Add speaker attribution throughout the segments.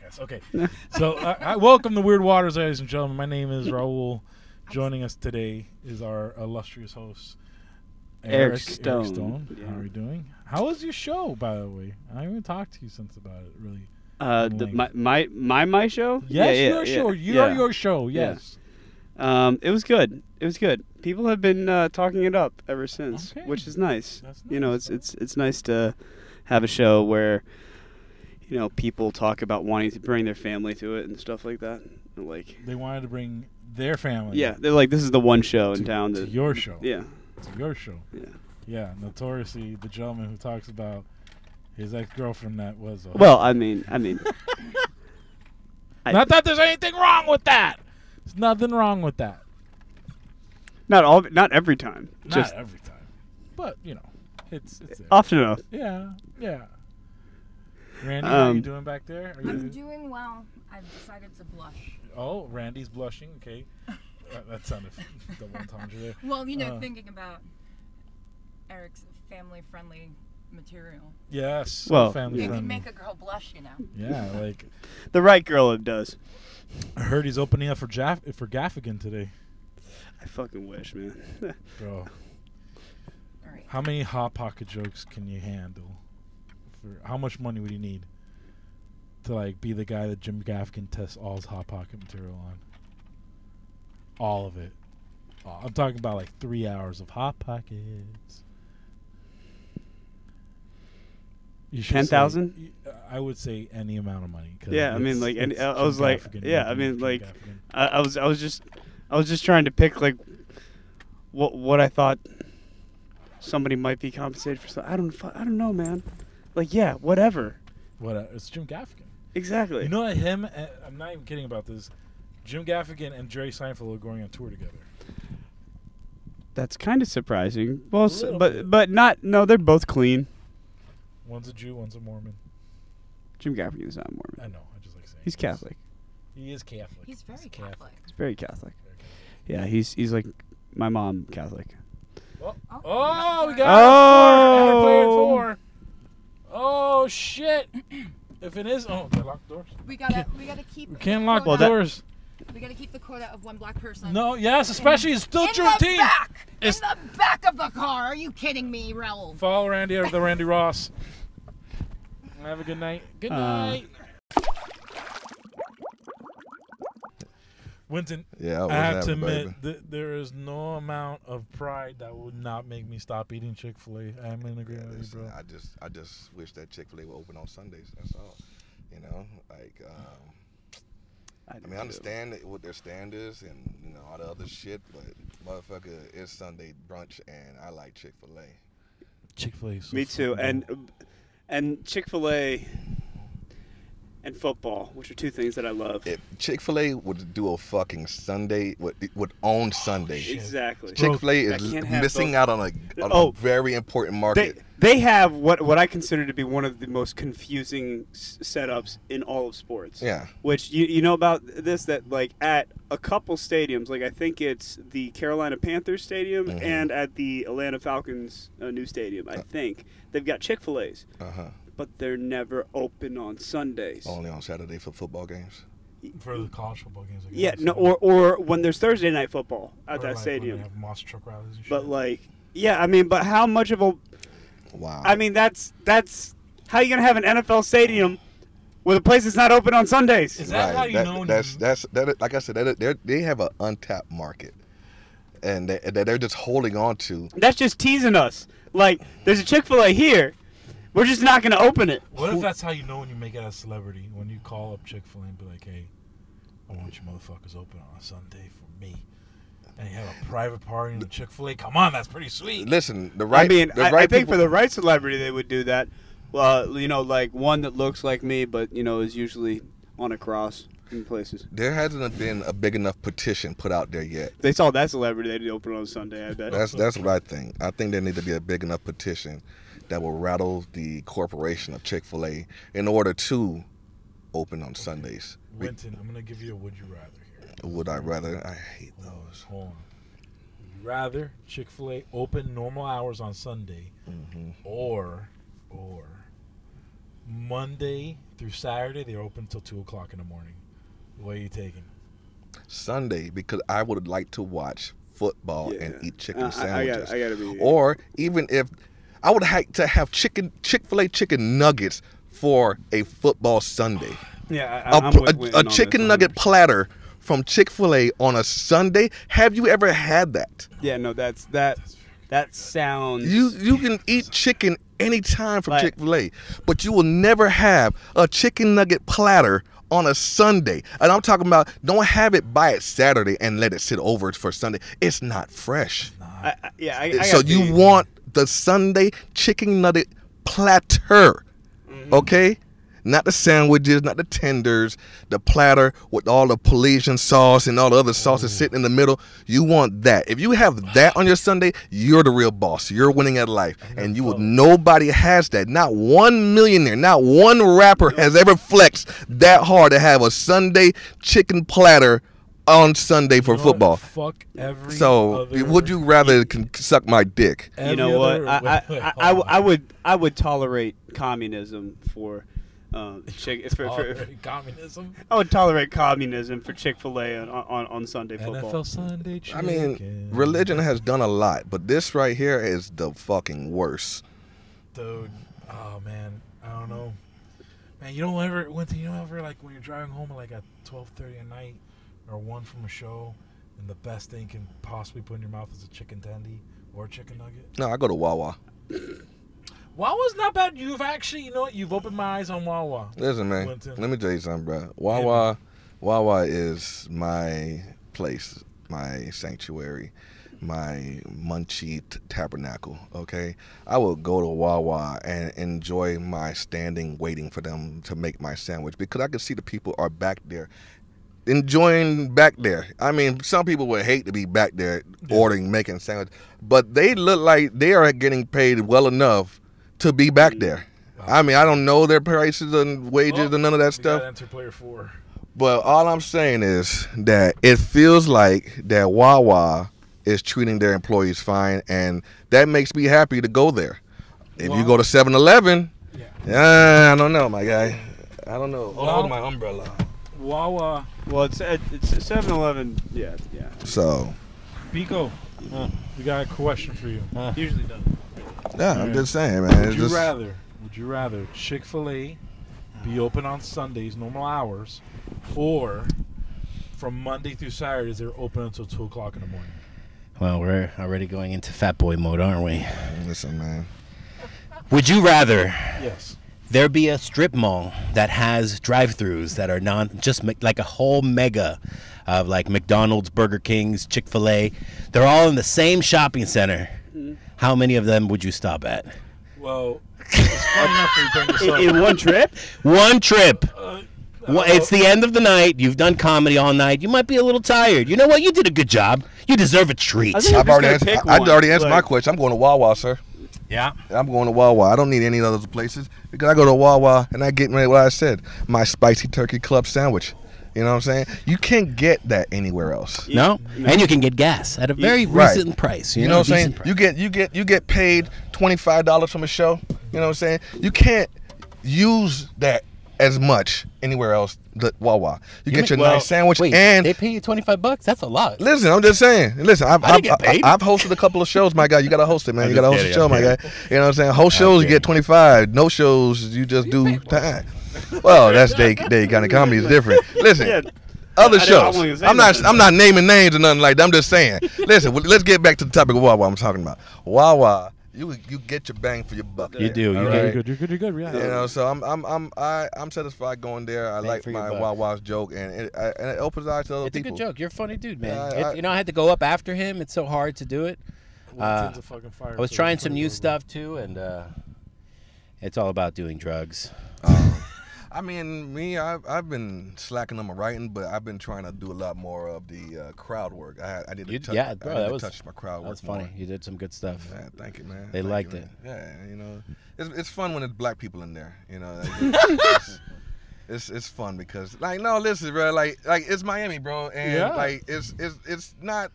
Speaker 1: podcast. Okay. so uh, I, I welcome the Weird Waters, ladies and gentlemen. My name is Raul. Joining us today is our illustrious host,
Speaker 2: Eric Stone. Yeah.
Speaker 1: How are you doing? How was your show, by the way? I haven't talked to you since about it, really.
Speaker 2: Uh, the,
Speaker 1: Link.
Speaker 2: my, my my my show.
Speaker 1: Oh Yes,
Speaker 2: yeah, yeah,
Speaker 1: your
Speaker 2: yeah,
Speaker 1: show. Your
Speaker 2: yeah.
Speaker 1: your show.
Speaker 2: Yeah.
Speaker 1: Yes.
Speaker 2: Um, it was good. It was good. People have been uh, talking it up ever since,
Speaker 1: Okay.
Speaker 2: which is nice.
Speaker 1: That's
Speaker 2: You know,
Speaker 1: nice,
Speaker 2: it's
Speaker 1: huh?
Speaker 2: it's it's nice to have a show where you know people talk about wanting to bring their family to it and stuff like that. And, Like,
Speaker 1: They wanted to bring their family.
Speaker 2: yeah, they're like, this is the one show in
Speaker 1: Oh, To,
Speaker 2: town
Speaker 1: to
Speaker 2: that,
Speaker 1: your show.
Speaker 2: yeah,
Speaker 1: To your show.
Speaker 2: yeah.
Speaker 1: Yeah. Notoriously, the gentleman who talks about his ex girlfriend that was. A
Speaker 2: Well, I mean, I mean, I-
Speaker 1: not that there's anything wrong with that. There's nothing wrong with that.
Speaker 2: not all, not every time,
Speaker 1: Not
Speaker 2: just Oh.
Speaker 1: every time, but you know, it's it's there.
Speaker 2: often enough.
Speaker 1: yeah, yeah. Randy, how are you
Speaker 2: Um,
Speaker 1: doing back there? Are
Speaker 3: I'm
Speaker 1: you,
Speaker 3: doing well. I've decided to blush.
Speaker 1: oh, Randy's blushing. Okay, Uh, that sounded double entendre there.
Speaker 3: Well, you know,
Speaker 1: Uh.
Speaker 3: thinking about Eric's family-friendly material,
Speaker 1: Yes, so
Speaker 2: Well,
Speaker 1: family
Speaker 3: it
Speaker 2: Yeah.
Speaker 3: could
Speaker 1: friendly.
Speaker 3: make a girl blush. You know.
Speaker 1: yeah, like
Speaker 2: The right girl it does.
Speaker 1: I heard he's opening up for Jaff for Gaffigan today,
Speaker 2: I fucking wish, man.
Speaker 1: bro.
Speaker 3: All right.
Speaker 1: How many hot pocket jokes can you handle? For how much money would you need to like be the guy that Jim Gaffigan tests all his hot pocket material on? All of it. Uh, I'm talking about like three hours of hot pockets. You should say-
Speaker 2: 10,000?
Speaker 1: y- uh, I would say any amount of money. 'cause
Speaker 2: Yeah, I mean,
Speaker 1: it's-
Speaker 2: like, any-
Speaker 1: it's
Speaker 2: I- I
Speaker 1: Jim
Speaker 2: was like-
Speaker 1: Gaffigan,
Speaker 2: yeah, I
Speaker 1: Jim
Speaker 2: mean, like,
Speaker 1: Gaffigan.
Speaker 2: I, I was I was just I was just trying to pick like what what I thought somebody might be compensated for. So I don't fu- I don't know, man. Like yeah, whatever.
Speaker 1: what? uh, It's Jim Gaffigan.
Speaker 2: Exactly.
Speaker 1: You know what? Him. And, I'm not even kidding about this. Jim Gaffigan and Jerry Seinfeld are going on tour together.
Speaker 2: That's kind of surprising. Well, s-
Speaker 1: little
Speaker 2: but
Speaker 1: bit.
Speaker 2: but not no, they're both clean.
Speaker 1: One's a Jew, one's a Mormon.
Speaker 2: Jim Gaffigan's not Mormon.
Speaker 1: I know. I just like saying
Speaker 2: He's
Speaker 1: this.
Speaker 2: Catholic.
Speaker 1: He is Catholic.
Speaker 3: He's very Catholic.
Speaker 2: He's very Catholic. Yeah, he's he's like my mom Catholic.
Speaker 3: Oh,
Speaker 1: Oh, we
Speaker 3: sorry.
Speaker 1: got
Speaker 2: Oh!
Speaker 1: oh! player four. Oh shit! if it is, oh, they locked doors.
Speaker 3: We gotta, we gotta keep.
Speaker 1: We
Speaker 3: the
Speaker 1: can't lock
Speaker 3: quota-
Speaker 1: doors.
Speaker 3: We gotta keep the quota of one black person.
Speaker 1: No, yes, especially it's still
Speaker 3: In
Speaker 1: true
Speaker 3: the
Speaker 1: team.
Speaker 3: back.
Speaker 1: It's-
Speaker 3: In the back of the car. Are you kidding me, Raoul?
Speaker 1: Follow Randy or the Randy Ross. Have a good night. Good
Speaker 2: Uh.
Speaker 1: night. Winton,
Speaker 4: Yeah,
Speaker 1: I have to
Speaker 4: baby.
Speaker 1: admit that there is no amount of pride that would not make me stop eating Chick Fil A. I'm in
Speaker 4: Yeah,
Speaker 1: agreement with you,
Speaker 4: listen,
Speaker 1: bro.
Speaker 4: I just I just wish that Chick Fil A would open on Sundays. That's all. You know, like um, I
Speaker 2: do
Speaker 4: mean,
Speaker 2: too.
Speaker 4: I understand that what their stand is and you know all the other shit, but motherfucker, it's Sunday brunch and I like Chick Fil A.
Speaker 1: Chick Fil A.
Speaker 2: Me too. And and Chick Fil A and football, which are two things that I love.
Speaker 4: If Chick Fil A would do a fucking Sunday, would would
Speaker 1: Oh,
Speaker 4: own Sunday.
Speaker 2: Exactly.
Speaker 4: Chick Fil A
Speaker 2: Bro,
Speaker 4: is
Speaker 2: I can't have
Speaker 4: missing
Speaker 2: both.
Speaker 4: out on a, on
Speaker 2: Oh.
Speaker 4: a very important
Speaker 2: they
Speaker 4: market.
Speaker 2: they have what what I consider to be one of the most confusing s- setups in all of sports.
Speaker 4: Yeah.
Speaker 2: Which you you know about this that like at a couple stadiums, like I think it's the Carolina Panthers stadium
Speaker 4: Mhm.
Speaker 2: and at the Atlanta Falcons uh, new stadium. I think they've got Chick Fil A's,
Speaker 4: Uh huh.
Speaker 2: but they're never open on Sundays.
Speaker 4: Only on Saturday for football games.
Speaker 1: for the college football games. I
Speaker 2: Yeah.
Speaker 1: guess.
Speaker 2: No. Or or when there's Thursday night football
Speaker 1: Or
Speaker 2: at that
Speaker 1: like When
Speaker 2: stadium.
Speaker 1: they have monster truck rallies and shit.
Speaker 2: But like, yeah, I mean, but how much of a?
Speaker 4: Wow.
Speaker 2: I mean, that's that's how you gonna have an NFL stadium with a place that's not open on Sundays?
Speaker 1: Is that how you know
Speaker 4: That's
Speaker 1: you-
Speaker 4: that's that. Like I said, that they're- they have an untapped market, and they, that they're just holding on to.
Speaker 2: that's just teasing us. Like, there's a Chick Fil A here. We're just not gonna open it.
Speaker 1: what if that's how you know when you make it a celebrity? When you call up Chick Fil A and be like, "Hey, I want you motherfuckers open on a Sunday for me," and you have a private party in the Chick Fil A. Come on, that's pretty sweet.
Speaker 4: Listen, the right.
Speaker 2: I mean,
Speaker 4: the
Speaker 2: I,
Speaker 4: right
Speaker 2: I think for
Speaker 4: people-
Speaker 2: the right celebrity, they would do that. Well, you know, like one that looks like me, but you know, is usually on a cross in places.
Speaker 4: there hasn't been a big enough petition put out there yet.
Speaker 2: If they saw that celebrity, they'd open on Sunday. I bet.
Speaker 4: That's that's what I think. I think there need to be a big enough petition that will rattle the corporation of Chick Fil A in order to open on Sundays. Be-
Speaker 1: Winton, I'm gonna give you a would you rather here.
Speaker 4: Would I rather? I hate
Speaker 1: Those.
Speaker 4: those.
Speaker 1: Hold on. Would you rather Chick Fil A
Speaker 4: Mm-hmm.
Speaker 1: open normal hours on Sunday, or or Monday through Saturday, they're open until two o'clock in the morning. What are you taking?
Speaker 4: Sunday because I would like to watch football and
Speaker 2: Yeah.
Speaker 4: eat chicken
Speaker 2: I- I- I gotta-
Speaker 4: sandwiches.
Speaker 2: I gotta be-
Speaker 4: Or even if I would like to have chicken Chick Fil A chicken nuggets for a football Sunday.
Speaker 2: Yeah, I,
Speaker 4: A
Speaker 2: I'm
Speaker 4: pl-
Speaker 2: with
Speaker 4: a-
Speaker 2: Wynn
Speaker 4: a
Speaker 2: on this
Speaker 4: chicken nugget
Speaker 2: 100%.
Speaker 4: platter from Chick Fil A on a Sunday. Have you ever had that?
Speaker 2: Yeah, no, that's that. That sounds.
Speaker 4: You you can eat chicken anytime from
Speaker 2: Like-
Speaker 4: Chick Fil A, but you will never have a chicken nugget platter on a Sunday. And I'm talking about don't have it by it Saturday and let it sit over for Sunday. It's not fresh.
Speaker 2: I, I, yeah, I, I
Speaker 4: so
Speaker 2: gotta
Speaker 4: you
Speaker 2: be-
Speaker 4: want the Sunday chicken nugget platter, okay? Not the sandwiches, not the tenders, the platter with all the Parisian sauce and all the other sauces sitting in the middle. You want that. If you have that on your Sunday, you're the real boss. You're winning at life, and you will. Nobody has that. Not one millionaire, not one rapper has ever flexed that hard to have a Sunday chicken platter on Sunday for
Speaker 1: You know what?
Speaker 4: football.
Speaker 1: Fuck every.
Speaker 4: So,
Speaker 1: other-
Speaker 4: would you rather con- suck my dick?
Speaker 1: every
Speaker 2: You know what?
Speaker 1: other-
Speaker 2: I, I,
Speaker 1: wait,
Speaker 2: I, I,
Speaker 1: hold on.
Speaker 2: I would I would tolerate communism for, um, chick, for, for,
Speaker 1: Tolerate communism.
Speaker 2: I would tolerate communism for Chick Fil A on, on on Sunday football.
Speaker 1: NFL Sunday.
Speaker 4: I mean,
Speaker 1: chicken.
Speaker 4: religion has done a lot, but this right here is the fucking worst.
Speaker 1: Dude, oh man, I don't know. Man, you don't ever when you don't ever like when you're driving home at like at twelve thirty at night or one from a show, and the best thing you can possibly put in your mouth is a chicken tendy or a chicken nugget.
Speaker 4: No, I go to Wawa.
Speaker 1: Wawa's not bad. You've actually, you know what? You've opened my eyes on Wawa.
Speaker 4: Listen, man,
Speaker 1: Went to-
Speaker 4: let me tell you something, bro. Wawa, Wawa is my place, my sanctuary, my munchy t- tabernacle. Okay, I will go to Wawa and enjoy my standing, waiting for them to make my sandwich because I can see the people are back there enjoying back there. I mean, some people would hate to be back there ordering, making sandwiches, but they look like they are getting paid well enough to be back there. I mean, I don't know their prices and wages and none of that
Speaker 1: We gotta
Speaker 4: stuff,
Speaker 1: enter player four.
Speaker 4: but all I'm saying is that it feels like that Wawa is treating their employees fine, and that makes me happy to go there. If you
Speaker 1: Well-
Speaker 4: go to 7 Eleven,
Speaker 1: Yeah.
Speaker 4: uh, I don't know, my guy. I don't know. Hold on to my
Speaker 1: Well-
Speaker 4: umbrella.
Speaker 1: Wawa,
Speaker 2: Well, it's it- it's Seven Eleven. Yeah, yeah.
Speaker 4: So,
Speaker 1: Pico,
Speaker 5: Huh.
Speaker 1: we got a question for you.
Speaker 2: Usually done.
Speaker 4: yeah,
Speaker 1: Yeah.
Speaker 4: I'm just saying, man.
Speaker 1: Would
Speaker 4: it's
Speaker 1: you
Speaker 4: just-
Speaker 1: rather? Would you rather Chick Fil A be open on Sundays, normal hours, or from Monday through Saturdays they're open until two o'clock in the morning?
Speaker 5: Well, we're already going into fat boy mode, aren't we?
Speaker 4: Listen, man.
Speaker 5: Would you rather
Speaker 1: Yes.
Speaker 5: there be a strip mall that has drive-throughs that are non just ma- like a whole mega of like McDonald's, Burger King's, Chick-fil-A. They're all in the same shopping center. How many of them would you stop at?
Speaker 1: Well, it's funny enough that you bring this up.
Speaker 2: In one trip?
Speaker 5: One trip.
Speaker 1: Uh,
Speaker 5: Well, it's the end of the night. You've done comedy all night. You might be a little tired. You know what? You did a good job. You deserve a treat.
Speaker 2: I think-
Speaker 4: I've
Speaker 2: just
Speaker 4: already
Speaker 2: gonna
Speaker 4: answered.
Speaker 2: pick
Speaker 4: I, I've
Speaker 2: one,
Speaker 4: already answered my
Speaker 2: like-
Speaker 4: question. I'm going to Wawa, sir.
Speaker 5: Yeah.
Speaker 4: I'm going to Wawa. I don't need any of those places because I go to Wawa and I get my what I said, my spicy turkey club sandwich. You know what I'm saying? You can't get that anywhere else.
Speaker 5: No? And you can get gas at a very
Speaker 4: Right.
Speaker 5: recent price. You,
Speaker 4: You know what I'm saying?
Speaker 5: decent
Speaker 4: You get you get you get paid twenty five dollars from a show. You know what I'm saying? You can't use that as much anywhere else. The Wawa. You, get
Speaker 5: mean-
Speaker 4: your
Speaker 5: well,
Speaker 4: nice sandwich
Speaker 5: Wait,
Speaker 4: and
Speaker 5: they pay you 25 bucks? That's a lot.
Speaker 4: Listen, I'm just saying. Listen, I've,
Speaker 5: I
Speaker 4: I've,
Speaker 5: didn't get paid.
Speaker 4: I, have hosted a couple of shows, my guy. You gotta host it, man.
Speaker 5: I'm
Speaker 4: You gotta host
Speaker 5: just
Speaker 4: a
Speaker 5: kidding,
Speaker 4: show,
Speaker 5: I'm
Speaker 4: my guy. You know what I'm saying? Host shows, you
Speaker 5: kidding.
Speaker 4: get 25. No shows, you just do time. Well, that's day day kind of comedy is different. Listen,
Speaker 2: Yeah.
Speaker 4: other
Speaker 2: I didn't- I
Speaker 4: shows.
Speaker 2: wasn't saying
Speaker 4: I'm not.
Speaker 2: nothing.
Speaker 4: I'm not naming names or nothing like that. I'm just saying. Listen, well, let's get back to the topic of Wawa. I'm talking about Wawa. You you get your bang for your buck.
Speaker 5: You do. You
Speaker 4: all
Speaker 5: get
Speaker 4: right?
Speaker 1: You're good. You're good. You're good. Yeah.
Speaker 4: You
Speaker 5: Uh,
Speaker 4: know, so I'm I'm I'm I, I'm satisfied going there. I
Speaker 5: Bang
Speaker 4: like
Speaker 5: for your
Speaker 4: my
Speaker 5: buck.
Speaker 4: Wawa's joke, and it I, and it opens eyes to other
Speaker 5: It's a
Speaker 4: people.
Speaker 5: good joke. You're a funny dude, man.
Speaker 4: Yeah, I-
Speaker 5: It-
Speaker 4: I-
Speaker 5: you know, I had to go up after him. It's so hard to do it. Uh, I was trying some new stuff too, and uh, it's all about doing drugs.
Speaker 4: I mean, me, I've, I've been slacking on my writing, but I've been trying to do a lot more of the uh, crowd work. I, I did to
Speaker 5: You-
Speaker 4: touch,
Speaker 5: yeah, bro,
Speaker 4: I need
Speaker 5: that
Speaker 4: to
Speaker 5: was-
Speaker 4: touch my crowd
Speaker 5: That
Speaker 4: work.
Speaker 5: was funny.
Speaker 4: more.
Speaker 5: You did some good stuff.
Speaker 4: Yeah, thank you, man.
Speaker 5: They
Speaker 4: Thank you,
Speaker 5: liked
Speaker 4: man.
Speaker 5: it.
Speaker 4: Yeah, you know, it's, it's fun when it's black people in there. You know, like, it's, it's it's fun because like no, listen, bro, like like it's Miami, bro, and
Speaker 1: Yeah.
Speaker 4: like it's it's it's not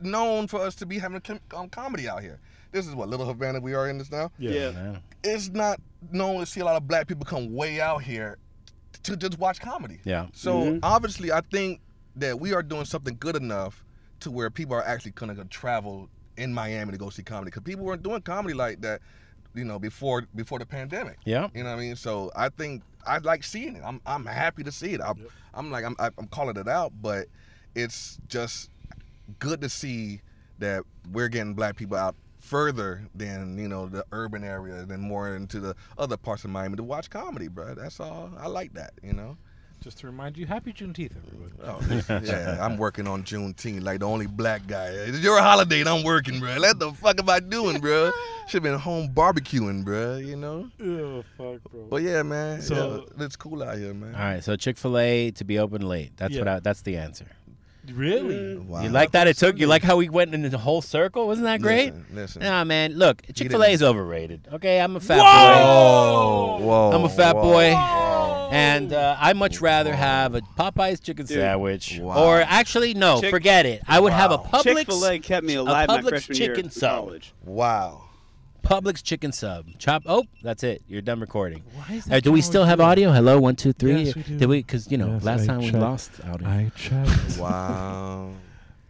Speaker 4: known for us to be having com- um, comedy out here. This is what Little Havana we are in this now.
Speaker 2: Yeah.
Speaker 5: Man.
Speaker 4: It's not known to see a lot of black people come way out here to just watch comedy.
Speaker 5: Yeah.
Speaker 4: So obviously, I think that we are doing something good enough to where people are actually going to travel in Miami to go see comedy because people weren't doing comedy like that, you know, before before the pandemic.
Speaker 5: Yeah.
Speaker 4: You know what I mean? So I think I like seeing it. I'm I'm happy to see it. I'm, I'm like I'm I'm calling it out, but it's just good to see that we're getting black people out further than you know the urban area than more into the other parts of Miami to watch comedy, bro. That's all. I like that. You know.
Speaker 1: Just to remind you, happy Juneteenth, everybody.
Speaker 4: Oh, yeah, I'm working on Juneteenth like the only black guy. It's your holiday and I'm working, bro. What the fuck am I doing, bro? Should have been home barbecuing, bro, you know?
Speaker 1: Oh, fuck, bro.
Speaker 4: But yeah, man.
Speaker 1: So-
Speaker 4: So it's cool out here, man.
Speaker 5: All right. So Chick Fil A to be open late. That's what.
Speaker 1: Yeah.
Speaker 5: I, that's the answer.
Speaker 1: really?
Speaker 4: Wow.
Speaker 5: You like that? It took you like how we went in the whole circle. Wasn't that great?
Speaker 4: Listen, listen.
Speaker 5: Nah, man. Look, Chick Fil A is overrated. Okay, I'm a fat
Speaker 4: Whoa, whoa.
Speaker 5: I'm a fat
Speaker 4: whoa.
Speaker 5: boy. boy, and uh, I much rather have a Popeyes chicken
Speaker 2: Dude.
Speaker 5: sandwich,
Speaker 4: Wow.
Speaker 5: or actually, no,
Speaker 2: Chick-
Speaker 5: forget it. I would have a Publix
Speaker 2: Chick Fil A kept me alive my
Speaker 5: Publix
Speaker 2: freshman year
Speaker 5: chicken
Speaker 2: in
Speaker 5: salad.
Speaker 2: college.
Speaker 4: Wow.
Speaker 5: Publix chicken sub. Chop. Oh, that's it. You're done recording.
Speaker 1: Why is
Speaker 5: Uh, do we
Speaker 1: always
Speaker 5: still have
Speaker 1: doing-
Speaker 5: audio? Hello, one, two, three.
Speaker 1: Yes, we do.
Speaker 5: Did we? Because you know,
Speaker 1: Yes,
Speaker 5: last
Speaker 1: I
Speaker 5: time we
Speaker 1: checked.
Speaker 5: lost audio. I,
Speaker 1: I checked.
Speaker 4: Wow.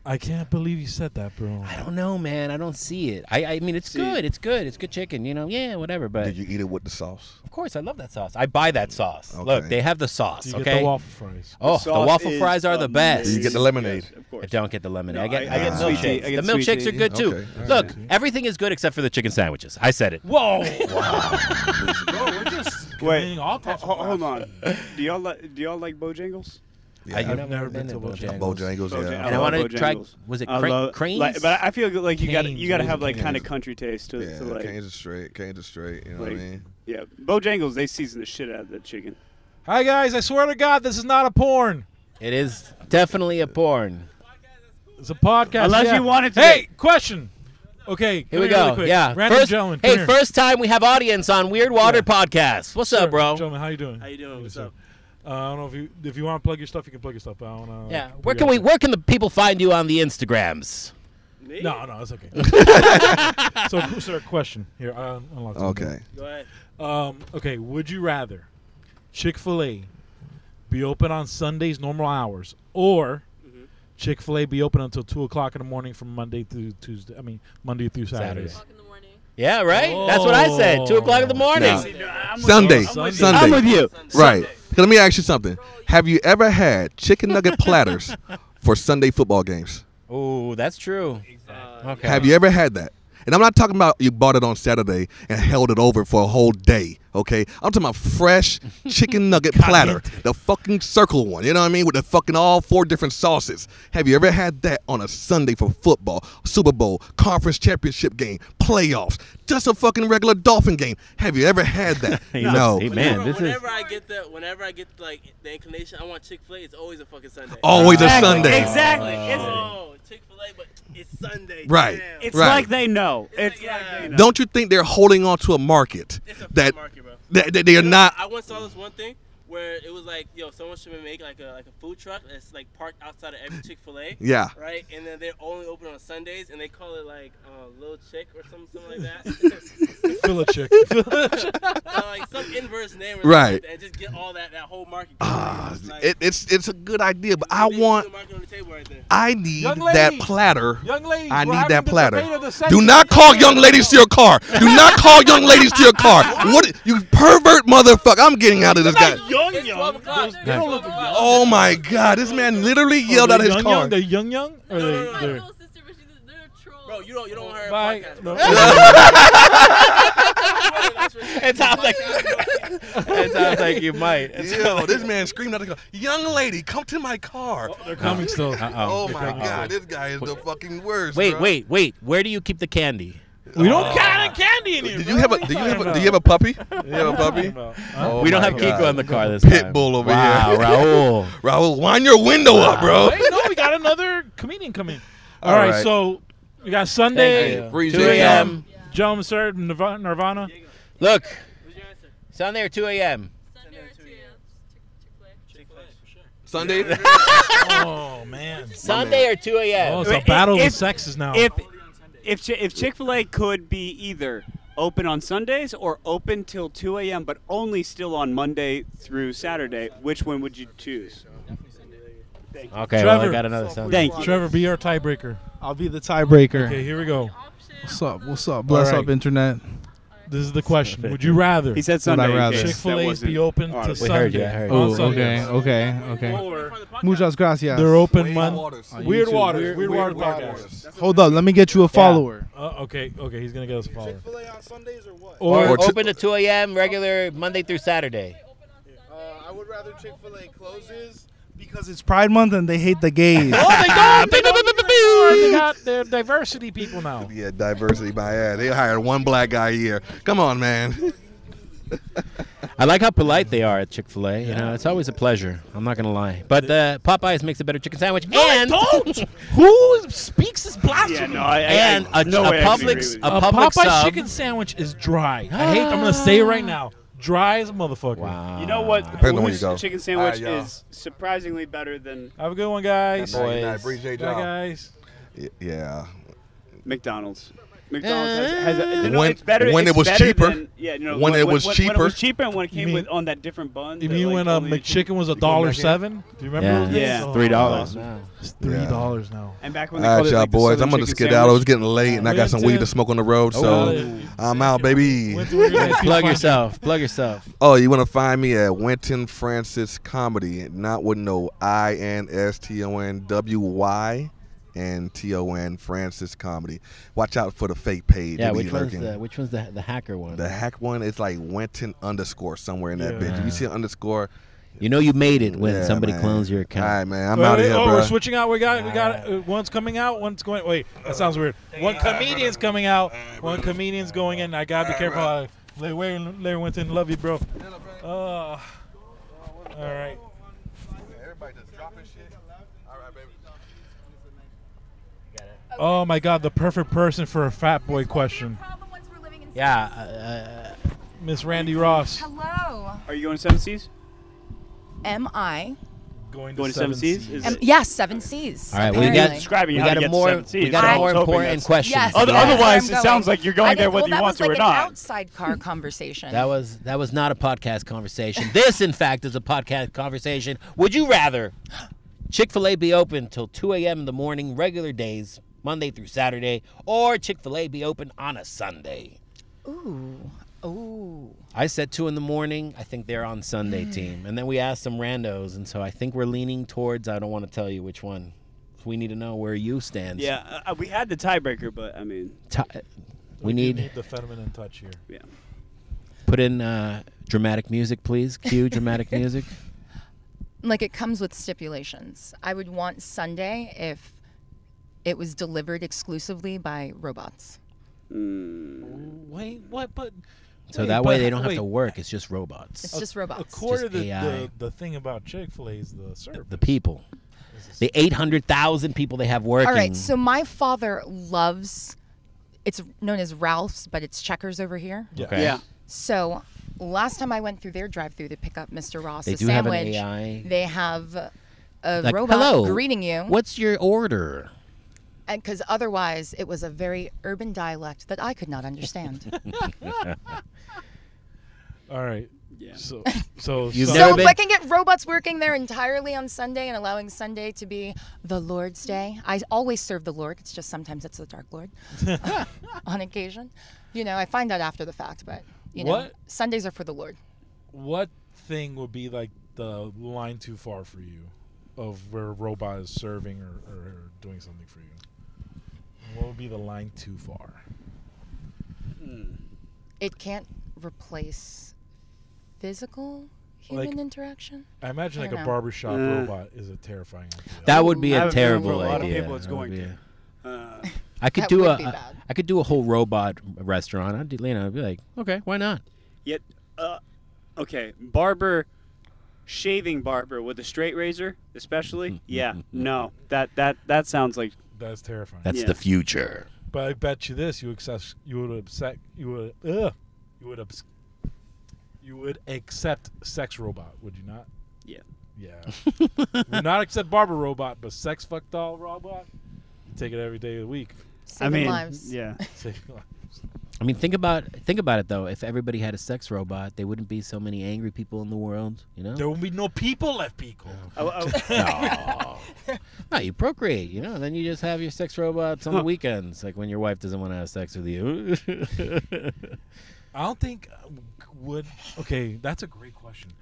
Speaker 1: I can't believe you said that, bro.
Speaker 5: don't know, man. I don't see it. I, I mean, it's
Speaker 2: See-
Speaker 5: good. It's good. It's good chicken. You know, yeah, whatever. But
Speaker 4: Did you eat it with the sauce?
Speaker 5: of course, I love that sauce. I buy that sauce. Look,
Speaker 4: Okay.
Speaker 5: they have the sauce.
Speaker 1: Do you
Speaker 5: okay.
Speaker 1: get the waffle fries?
Speaker 5: Oh, the,
Speaker 2: Sauce
Speaker 5: waffle
Speaker 2: is
Speaker 5: fries are the best.
Speaker 4: You get
Speaker 2: amazing.
Speaker 4: the lemonade.
Speaker 2: Yes, of
Speaker 5: I
Speaker 2: course.
Speaker 5: don't get the lemonade.
Speaker 2: No,
Speaker 5: I get,
Speaker 2: I-
Speaker 5: I
Speaker 4: I
Speaker 5: get
Speaker 4: get
Speaker 5: milkshakes.
Speaker 4: sweet tea.
Speaker 2: I get
Speaker 5: the
Speaker 2: sweet
Speaker 5: milkshakes
Speaker 2: tea.
Speaker 5: are good too.
Speaker 4: Okay, all right.
Speaker 5: Look,
Speaker 1: Okay.
Speaker 5: everything is good except for the chicken sandwiches. I said it.
Speaker 1: Whoa! bro, we're just
Speaker 2: Wait.
Speaker 1: committing all types of
Speaker 2: Ho- hold on.
Speaker 1: crimes.
Speaker 2: Do y'all like do y'all like Bojangles?
Speaker 4: Yeah.
Speaker 5: I've
Speaker 1: never been to Bojangles.
Speaker 4: Bojangles, yeah.
Speaker 5: And I
Speaker 2: love
Speaker 5: wanted to try.
Speaker 2: Bojangles.
Speaker 5: Was it
Speaker 2: I
Speaker 5: cra-
Speaker 2: love-
Speaker 5: cranes?
Speaker 2: like- but I feel like you got to
Speaker 1: Canes,
Speaker 2: you got to
Speaker 1: what is
Speaker 2: have
Speaker 1: it,
Speaker 2: like kind of
Speaker 4: canes?
Speaker 2: country taste to,
Speaker 4: Yeah,
Speaker 2: to like
Speaker 4: Canes is straight. Canes is straight. You know
Speaker 2: like
Speaker 4: what I mean?
Speaker 2: yeah. Bojangles they season the shit out of the chicken.
Speaker 1: Hi guys, I swear to God, this is not a porn.
Speaker 5: It is definitely a porn.
Speaker 1: It's a podcast.
Speaker 2: Unless
Speaker 1: yeah.
Speaker 2: you want it to
Speaker 1: Hey, question. Okay,
Speaker 5: Here
Speaker 1: come
Speaker 5: we go.
Speaker 1: Really quick.
Speaker 5: yeah.
Speaker 1: Random
Speaker 5: first,
Speaker 1: gentleman.
Speaker 5: hey,
Speaker 1: come here.
Speaker 5: first time we have audience on Weird Water
Speaker 1: Yeah.
Speaker 5: Podcast. What's
Speaker 1: Sure.
Speaker 5: up, bro?
Speaker 1: Gentlemen, how you doing?
Speaker 2: How you doing? What's
Speaker 1: sir.
Speaker 2: up?
Speaker 1: Uh, I don't know if you if you want to plug your stuff, you can plug your stuff. But I don't know.
Speaker 5: Yeah. Where can we? Where can the people find you on the Instagrams?
Speaker 2: Me?
Speaker 1: No, no, it's okay. so, sir, question here. Uh, unlock something.
Speaker 4: Okay.
Speaker 2: Go ahead.
Speaker 1: Um, okay, would you rather Chick fil A be open on Sundays, normal hours, or Chick fil A be open until 2 o'clock in the morning from Monday through Tuesday? I mean, Monday through Saturdays.
Speaker 5: Saturday.
Speaker 6: o'clock in the morning.
Speaker 5: Yeah, right. That's what I said. Two o'clock in the morning.
Speaker 4: No.
Speaker 2: No, I'm with
Speaker 4: Sunday.
Speaker 2: you. I'm with you.
Speaker 4: Sunday.
Speaker 5: I'm with you.
Speaker 4: Right. Let me ask you something. Have you ever had chicken nugget platters for Sunday football games?
Speaker 5: Oh, that's true. Okay.
Speaker 4: Have you ever had that? And I'm not talking about you bought it on Saturday and held it over for a whole day, okay? I'm talking about fresh chicken nugget platter, the fucking circle one, you know what I mean? With the fucking all four different sauces. Have you ever had that on a Sunday for football, Super Bowl, conference championship game, playoffs, just a fucking regular Dolphin game? Have you ever had that? no.
Speaker 5: Hey, man,
Speaker 6: Whenever-
Speaker 5: this is.
Speaker 6: whenever I get the whenever I get like the inclination, I want Chick Fil A. It's always a fucking Sunday.
Speaker 4: Always
Speaker 2: Exactly,
Speaker 4: a Sunday.
Speaker 5: Uh,
Speaker 2: Exactly. It's,
Speaker 6: oh, Chick Fil A, but it's Sunday.
Speaker 4: Right.
Speaker 6: damn.
Speaker 2: it's
Speaker 4: Right.
Speaker 2: like they know. It's,
Speaker 6: It's like,
Speaker 2: like they
Speaker 6: yeah.
Speaker 2: know.
Speaker 4: Don't you think they're holding on to a market
Speaker 6: It's a
Speaker 4: that,
Speaker 6: flea market, bro.
Speaker 4: that, that they are
Speaker 6: You know,
Speaker 4: not?
Speaker 6: I once saw this one thing where it was like, yo, someone should make like a like a food truck that's like parked outside of every Chick Fil A.
Speaker 4: Yeah.
Speaker 6: Right, and then they're only open on Sundays, and they call it like uh, Little Chick or something, something like that,
Speaker 1: Fill a chick.
Speaker 6: Uh, like some inverse name. Or something like
Speaker 4: Right.
Speaker 6: that, and just get all that that whole market.
Speaker 4: Ah,
Speaker 6: Like,
Speaker 4: it, it's it's a good idea, but
Speaker 6: you
Speaker 4: I
Speaker 6: basically
Speaker 4: want
Speaker 6: market on the table right there.
Speaker 4: I need
Speaker 1: Young
Speaker 4: that
Speaker 1: lady.
Speaker 4: platter.
Speaker 1: Young ladies,
Speaker 4: I
Speaker 1: we're
Speaker 4: need
Speaker 1: having
Speaker 4: that
Speaker 1: the
Speaker 4: platter.
Speaker 1: debate of the sexes.
Speaker 4: Do not call young ladies to your car. Do not call young ladies to your car. What you pervert motherfucker! I'm getting out of this guy.
Speaker 6: It's 12 o'clock. It's 12 o'clock.
Speaker 4: Oh my god, this man literally yelled
Speaker 1: the
Speaker 4: out his
Speaker 1: Oh, young,
Speaker 4: car.
Speaker 1: Young, the young young? Or
Speaker 6: No,
Speaker 1: they,
Speaker 6: no, no, no,
Speaker 1: they're-
Speaker 6: no.
Speaker 7: little sister, but she's a, they're a troll.
Speaker 6: Bro, you don't you don't
Speaker 8: Oh,
Speaker 6: want her
Speaker 1: Bye.
Speaker 6: podcast.
Speaker 1: No.
Speaker 6: Bro.
Speaker 5: It sounds like. it sounds like you might.
Speaker 4: Yo, this man screamed out the car. Young lady, come to my car.
Speaker 1: They're coming still.
Speaker 4: Oh
Speaker 5: Uh-oh.
Speaker 4: my god, this guy is the fucking worst.
Speaker 5: Wait,
Speaker 4: bro.
Speaker 5: wait, wait. Where do you keep the candy?
Speaker 1: We don't count candy in here.
Speaker 4: Did you have a do you have a do you have a puppy? Do you have a puppy?
Speaker 1: Huh?
Speaker 5: we don't
Speaker 4: my
Speaker 5: have Kiko
Speaker 4: God.
Speaker 5: in the car this
Speaker 4: Pit
Speaker 5: time.
Speaker 4: bull over
Speaker 5: Oh wow,
Speaker 4: here.
Speaker 5: Raul.
Speaker 4: Raul, wind your window up, bro.
Speaker 1: Wait, no, we got another comedian coming. All
Speaker 4: All
Speaker 1: right,
Speaker 4: right.
Speaker 1: so we got Sunday,
Speaker 5: Thank you.
Speaker 4: Appreciate
Speaker 5: 2 a.m.
Speaker 1: Gentlemen, sir, Nirva- Nirvana.
Speaker 5: Look,
Speaker 6: What's your answer?
Speaker 5: Sunday at 2 a.m.
Speaker 7: Sunday or two. Chick- Chick-fil-A.
Speaker 6: Chick-fil-A, for sure.
Speaker 4: Sunday.
Speaker 1: oh man.
Speaker 5: Sunday or 2 a.m.
Speaker 1: Oh, it's
Speaker 2: Wait,
Speaker 1: a
Speaker 2: if-
Speaker 1: battle of the
Speaker 2: if-
Speaker 1: sexes now.
Speaker 2: If if Chi- if Chick Fil A could be either open on Sundays or open till 2 a.m., but only still on Monday through Saturday, which one would you choose?
Speaker 5: Okay, well, I
Speaker 1: Trevor.
Speaker 5: got another Sunday.
Speaker 2: Thank you.
Speaker 1: Trevor, be your tiebreaker.
Speaker 7: I'll be the tiebreaker.
Speaker 1: Okay, here we go.
Speaker 7: What's up? What's up? Bless
Speaker 1: right.
Speaker 7: up, internet.
Speaker 1: This is the question. Would you rather
Speaker 2: He said Sunday. in
Speaker 7: rather?
Speaker 2: case that
Speaker 1: Chick Fil A's
Speaker 2: wasn't-
Speaker 1: be open
Speaker 2: all
Speaker 1: to
Speaker 2: right,
Speaker 5: We
Speaker 1: Sunday?
Speaker 5: heard you, I heard you.
Speaker 1: on
Speaker 7: Oh,
Speaker 1: Sundays,
Speaker 7: okay, okay, okay.
Speaker 1: Or
Speaker 7: Muchas gracias.
Speaker 1: they're open
Speaker 4: Wayne
Speaker 1: Monday.
Speaker 4: Waters.
Speaker 1: Weird
Speaker 7: YouTube.
Speaker 1: Waters. Weird,
Speaker 7: Weird-
Speaker 1: Water
Speaker 7: Weird
Speaker 1: podcast.
Speaker 4: Waters.
Speaker 7: Hold up, let me get you a follower.
Speaker 1: Uh, okay, okay, he's gonna get us a follower.
Speaker 9: Chick-fil-A on Sundays or what?
Speaker 1: Or,
Speaker 4: Or-
Speaker 5: Open to 2 a.m. regular Monday through Saturday.
Speaker 9: Uh, I would rather Chick-fil-A closes.
Speaker 7: Because it's Pride Month and they hate the gays.
Speaker 1: they got their diversity people now.
Speaker 4: Yeah, diversity by ad. They hired one black guy a year. Come on, man.
Speaker 5: I like how polite they are at Chick Fil A. You know, it's always a pleasure. I'm not gonna lie. But uh, Popeyes makes a better chicken sandwich. and
Speaker 1: Who speaks this blasphemy?
Speaker 2: Yeah, no, I, I,
Speaker 5: and
Speaker 2: I,
Speaker 5: a,
Speaker 2: no
Speaker 5: a
Speaker 2: way I can agree
Speaker 5: Publix
Speaker 2: with you.
Speaker 5: a,
Speaker 1: A
Speaker 5: Publix
Speaker 1: Popeye's
Speaker 5: sub.
Speaker 1: chicken sandwich is dry. I hate. I'm gonna say it right now. Dry as a motherfucker.
Speaker 5: Wow.
Speaker 2: You know what?
Speaker 4: Depends Uh, on where you
Speaker 2: Who's
Speaker 4: go.
Speaker 2: chicken sandwich
Speaker 4: Ah, yeah.
Speaker 2: is surprisingly better than
Speaker 1: Have a good one, guys.
Speaker 5: Boys.
Speaker 4: Good night. Appreciate
Speaker 1: Bye,
Speaker 4: y'all.
Speaker 1: guys.
Speaker 4: Y- Yeah.
Speaker 2: McDonald's. McDonald's has, has a, you know,
Speaker 4: When-
Speaker 2: it's better,
Speaker 4: when
Speaker 2: it's
Speaker 4: it was
Speaker 2: better
Speaker 4: cheaper.
Speaker 2: Than, yeah, you know,
Speaker 4: When it was
Speaker 2: When it
Speaker 4: cheaper.
Speaker 2: was cheaper and when it came
Speaker 1: mean-
Speaker 2: with on that different bun.
Speaker 1: You
Speaker 2: that,
Speaker 1: mean
Speaker 2: like,
Speaker 1: when um, a
Speaker 2: only you can-
Speaker 1: McChicken was a
Speaker 4: come
Speaker 1: dollar
Speaker 4: back in?
Speaker 1: seven? Do you remember?
Speaker 5: Yeah,
Speaker 1: those days?
Speaker 2: Yeah.
Speaker 1: Oh,
Speaker 5: three dollars.
Speaker 2: Awesome.
Speaker 1: It's three
Speaker 4: Yeah.
Speaker 1: dollars now.
Speaker 2: And back when
Speaker 4: All
Speaker 2: they called
Speaker 4: right,
Speaker 2: it,
Speaker 4: y'all
Speaker 2: like, the
Speaker 4: Ah, boys.
Speaker 2: Southern
Speaker 4: I'm gonna
Speaker 2: chicken
Speaker 4: skedaddle.
Speaker 2: sandwich.
Speaker 4: It's getting late, and I got some
Speaker 1: Wait
Speaker 4: weed
Speaker 1: till-
Speaker 4: to smoke on the road, so
Speaker 1: Uh,
Speaker 4: I'm out, baby.
Speaker 1: when's- where do you guys keep
Speaker 5: Plug
Speaker 1: finding-
Speaker 5: yourself. Plug yourself.
Speaker 4: Oh, you want to find me at Winton Francis Comedy, not with no I N S T O N W Y and T O N Francis Comedy. Watch out for the fake page.
Speaker 5: Yeah,
Speaker 4: They be
Speaker 5: which one's
Speaker 4: lurking.
Speaker 5: the which one's the the hacker one?
Speaker 4: The hack one is like Winton underscore somewhere in that
Speaker 1: Yeah.
Speaker 4: bitch. If you see an underscore,
Speaker 5: you know you made it when
Speaker 4: yeah,
Speaker 5: somebody
Speaker 4: man.
Speaker 5: clones your
Speaker 4: All right,
Speaker 5: account.
Speaker 4: man, I'm
Speaker 1: Wait,
Speaker 4: out of
Speaker 1: wait,
Speaker 4: here,
Speaker 1: oh,
Speaker 4: bro.
Speaker 1: we're switching out. We got, we got. Uh, one's coming out. One's going. Wait, that sounds weird. One comedian's coming out. One comedian's going in. I gotta be careful. Uh, Larry, Win- Larry Winton, love you, bro. Uh, all right. Oh my God, the perfect person for a fat boy question.
Speaker 5: Yeah. Uh,
Speaker 1: Miss Randy Ross
Speaker 3: Hello.
Speaker 2: Are you going to Seven Seas?
Speaker 3: Am I?
Speaker 1: going to,
Speaker 2: Going to
Speaker 1: seven, Um,
Speaker 2: Seven Seas?
Speaker 1: Seas.
Speaker 2: Is
Speaker 3: Am,
Speaker 2: it-
Speaker 3: yes, seven C's.
Speaker 5: All right, well, you got-
Speaker 3: apparently.
Speaker 2: Describing
Speaker 5: we
Speaker 2: how
Speaker 5: got
Speaker 2: to
Speaker 5: a
Speaker 2: get to
Speaker 5: more
Speaker 2: Seven
Speaker 5: we
Speaker 2: Seas.
Speaker 5: got
Speaker 2: I was
Speaker 5: a more
Speaker 2: hoping
Speaker 5: important
Speaker 2: that's-
Speaker 5: question.
Speaker 3: Yes.
Speaker 2: Other-
Speaker 3: yes,
Speaker 2: otherwise,
Speaker 3: where I'm
Speaker 2: it sounds
Speaker 3: going.
Speaker 2: like you're going
Speaker 3: I
Speaker 2: there whether
Speaker 3: didn't- well,
Speaker 2: you
Speaker 3: that
Speaker 2: want
Speaker 3: was
Speaker 2: to
Speaker 3: like
Speaker 2: or
Speaker 3: an
Speaker 2: not.
Speaker 3: Outside car conversation.
Speaker 5: That was that was not a podcast conversation. this, in fact, is a podcast conversation. Would you rather Chick Fil A be open till 2 a.m. in the morning, regular days, Monday through Saturday, or Chick Fil A be open on a Sunday?
Speaker 3: Ooh. Ooh.
Speaker 5: I said two in the morning. I think they're on Sunday team, and then we asked some randos, and so I think we're leaning towards. I don't want to tell you which one. We need to know where you stand.
Speaker 2: Yeah, uh, we had the tiebreaker, but I mean,
Speaker 5: Ti- we
Speaker 1: You
Speaker 5: need
Speaker 1: need the feminine touch here.
Speaker 2: yeah.
Speaker 5: put in uh, dramatic music, please. Cue dramatic music.
Speaker 3: Like it comes with stipulations. I would want Sunday if it was delivered exclusively by robots.
Speaker 1: Wait, what? But
Speaker 5: So
Speaker 1: wait,
Speaker 5: that way
Speaker 1: but-
Speaker 5: they don't have to
Speaker 1: wait.
Speaker 5: work. It's just robots.
Speaker 3: It's just robots.
Speaker 1: According to the,
Speaker 5: AI.
Speaker 1: the, the thing about Chick Fil A is the service.
Speaker 5: the people, the 800,000 people they have working.
Speaker 3: All right. So my father loves. It's known as Ralph's, but it's Checkers over here.
Speaker 5: Okay.
Speaker 2: Yeah.
Speaker 3: So last time I went through their drive-through to pick up Mr. Ross
Speaker 5: They
Speaker 3: a
Speaker 5: do have an
Speaker 3: sandwich,
Speaker 5: AI.
Speaker 3: they have a
Speaker 5: Like,
Speaker 3: robot
Speaker 5: hello,
Speaker 3: greeting you.
Speaker 5: What's your order?
Speaker 3: And because otherwise, it was a very urban dialect that I could not understand.
Speaker 1: All right.
Speaker 2: Yeah.
Speaker 1: So, so
Speaker 5: You've
Speaker 1: so-
Speaker 5: never
Speaker 3: so if
Speaker 5: been-
Speaker 3: I can get robots working there entirely on Sunday and allowing Sunday to be the Lord's Day, I always serve the Lord. It's just sometimes it's the Dark Lord, on occasion. You know, I find out after the fact, but you know,
Speaker 1: What?
Speaker 3: Sundays are for the Lord.
Speaker 1: what thing would be like the line too far for you of where a robot is serving or, or, or doing something for you? What would be the line too far?
Speaker 3: It can't replace physical human
Speaker 1: Like-
Speaker 3: interaction.
Speaker 1: I imagine
Speaker 3: I
Speaker 1: like
Speaker 3: don't
Speaker 1: a
Speaker 3: know.
Speaker 1: barbershop
Speaker 2: Uh,
Speaker 1: robot is a terrifying idea.
Speaker 5: That would be
Speaker 2: I have
Speaker 5: a
Speaker 2: a feeling
Speaker 5: terrible
Speaker 2: for a lot of
Speaker 5: idea.
Speaker 2: people it's
Speaker 5: That would
Speaker 2: going
Speaker 5: be
Speaker 2: to.
Speaker 5: a-
Speaker 2: Uh,
Speaker 5: I could
Speaker 3: That
Speaker 5: do
Speaker 3: would
Speaker 5: a.
Speaker 3: be bad.
Speaker 5: I could do a whole robot restaurant. I'd, do- you know, I'd be like, okay, why not?
Speaker 2: yet, uh, okay, barber, shaving barber with a straight razor, especially. Yeah, no, that that that sounds like
Speaker 1: That's terrifying.
Speaker 5: That's
Speaker 2: Yeah.
Speaker 5: the future.
Speaker 1: but I bet you this: you accept, you would upset, you would, ugh, you would, abs- you would accept sex robot, would you not?
Speaker 2: yeah.
Speaker 1: Yeah. We're not except Barber Robot, but Sex Fuck Doll Robot. Take it every day of the week.
Speaker 2: I
Speaker 3: Saving
Speaker 2: mean,
Speaker 3: lives.
Speaker 2: yeah.
Speaker 1: Take it like-
Speaker 5: I mean, think about think about it though. If everybody had a sex robot, there wouldn't be so many angry people in the world. You know.
Speaker 1: there will be no people left, Pico.
Speaker 2: Oh, oh,
Speaker 5: No. no, you procreate, you know, then you just have your sex robots on the weekends, like when your wife doesn't want to have sex with you.
Speaker 1: I don't think uh, would. Okay, that's a great question.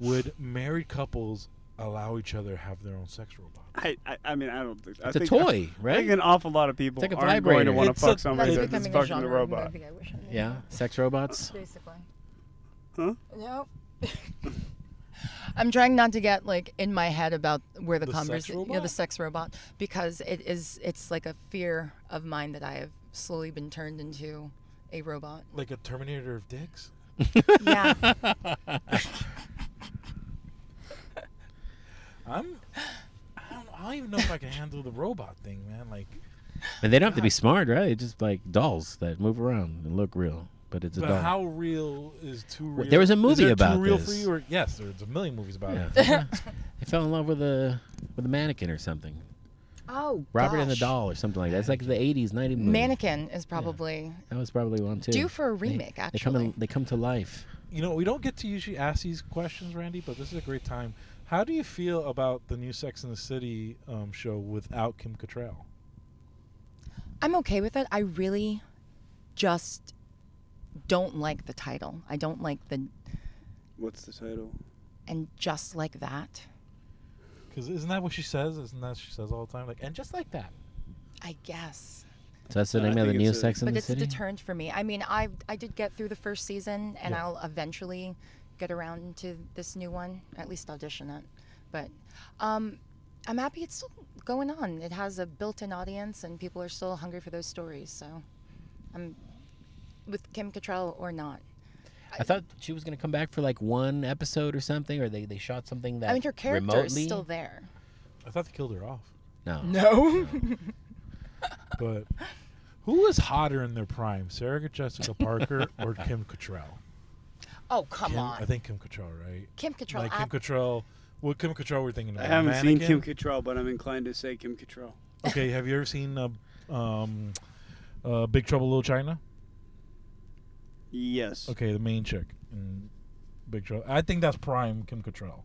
Speaker 1: Would married couples allow each other to have their own sex robot?
Speaker 2: I, I, I mean, I don't think. I
Speaker 5: it's a
Speaker 2: think-
Speaker 5: toy,
Speaker 2: I think
Speaker 5: right?
Speaker 2: an awful lot of people
Speaker 5: It's like a
Speaker 2: aren't going
Speaker 5: vibrator.
Speaker 2: to want to
Speaker 1: It's
Speaker 2: fuck
Speaker 1: a-
Speaker 2: somebody
Speaker 1: it's
Speaker 2: that's
Speaker 1: becoming
Speaker 2: just fucking the robot.
Speaker 3: movie. I wish I knew
Speaker 5: Yeah, sex robots.
Speaker 3: that, Basically.
Speaker 2: Huh?
Speaker 3: No. I'm trying not to get like in my head about where the,
Speaker 1: The sex
Speaker 3: conversation, yeah, the
Speaker 1: robot?
Speaker 3: sex robot, because it is it's like a fear of mine that I have slowly been turned into a robot.
Speaker 1: Like a Terminator of dicks?
Speaker 3: Yeah,
Speaker 1: I'm. I don't, I don't even know if I can handle the robot thing, man. Like,
Speaker 5: And they don't have to be smart, right? It's just like dolls that move around and look real, but it's a
Speaker 1: but
Speaker 5: doll.
Speaker 1: how real is too real?
Speaker 5: there was a
Speaker 1: Is
Speaker 5: movie
Speaker 1: there
Speaker 5: about
Speaker 1: too real
Speaker 5: this.
Speaker 1: for you? Or, yes, there's a million movies about
Speaker 5: Yeah.
Speaker 1: it.
Speaker 5: they fell in love with a with a mannequin or something.
Speaker 3: Oh,
Speaker 5: Robert and the
Speaker 3: gosh.
Speaker 5: doll or something like that. It's like the 80s, 90s movie.
Speaker 3: Mannequin is probably
Speaker 5: That was probably one too.
Speaker 3: due for a
Speaker 5: They-
Speaker 3: remake.
Speaker 5: They come,
Speaker 3: Actually,
Speaker 5: in, they come to life.
Speaker 1: You know, we don't get to usually ask these questions, Randy, but this is a great time. How do you feel about the new Sex in the City um, show without Kim Cattrall?
Speaker 3: I'm okay with it. I really just don't like the title. I don't like the
Speaker 2: What's the title?
Speaker 3: and just like that.
Speaker 1: Because isn't that what she says? Isn't that what she says all the time? Like, and just like that.
Speaker 3: I guess.
Speaker 5: So that's the
Speaker 2: I
Speaker 5: name of
Speaker 2: think
Speaker 5: the new
Speaker 2: it's a-
Speaker 5: Sex in
Speaker 3: but
Speaker 5: the
Speaker 3: it's a
Speaker 5: City.
Speaker 3: deterrent for me. I mean, I I did get through the first season, and
Speaker 1: Yeah.
Speaker 3: I'll eventually get around to this new one. At least audition it. But um, I'm happy it's still going on. It has a built-in audience, and people are still hungry for those stories. So, I'm with Kim Cattrall or not.
Speaker 5: I thought she was gonna come back for like one episode or something, or they, they shot something that
Speaker 3: I mean, her character
Speaker 5: remotely.
Speaker 3: is still there.
Speaker 1: I thought they killed her off.
Speaker 5: No.
Speaker 3: No.
Speaker 1: But who is hotter in their prime, Sarah Jessica Parker or Kim Cattrall?
Speaker 3: oh come
Speaker 1: Kim,
Speaker 3: on,
Speaker 1: I think Kim Cattrall, right?
Speaker 3: Kim Cattrall.
Speaker 1: Like Kim
Speaker 3: ab-
Speaker 1: Cattrall. What Kim Cattrall we're thinking
Speaker 2: I
Speaker 1: about?
Speaker 2: haven't seen Kim
Speaker 1: Mannequin?
Speaker 2: Cattrall, but I'm inclined to say Kim Cattrall.
Speaker 1: Okay, have you ever seen uh, um, uh, Big Trouble in Little China?
Speaker 2: Yes.
Speaker 1: Okay, the main chick in Big Trouble. I think that's prime Kim Cattrall.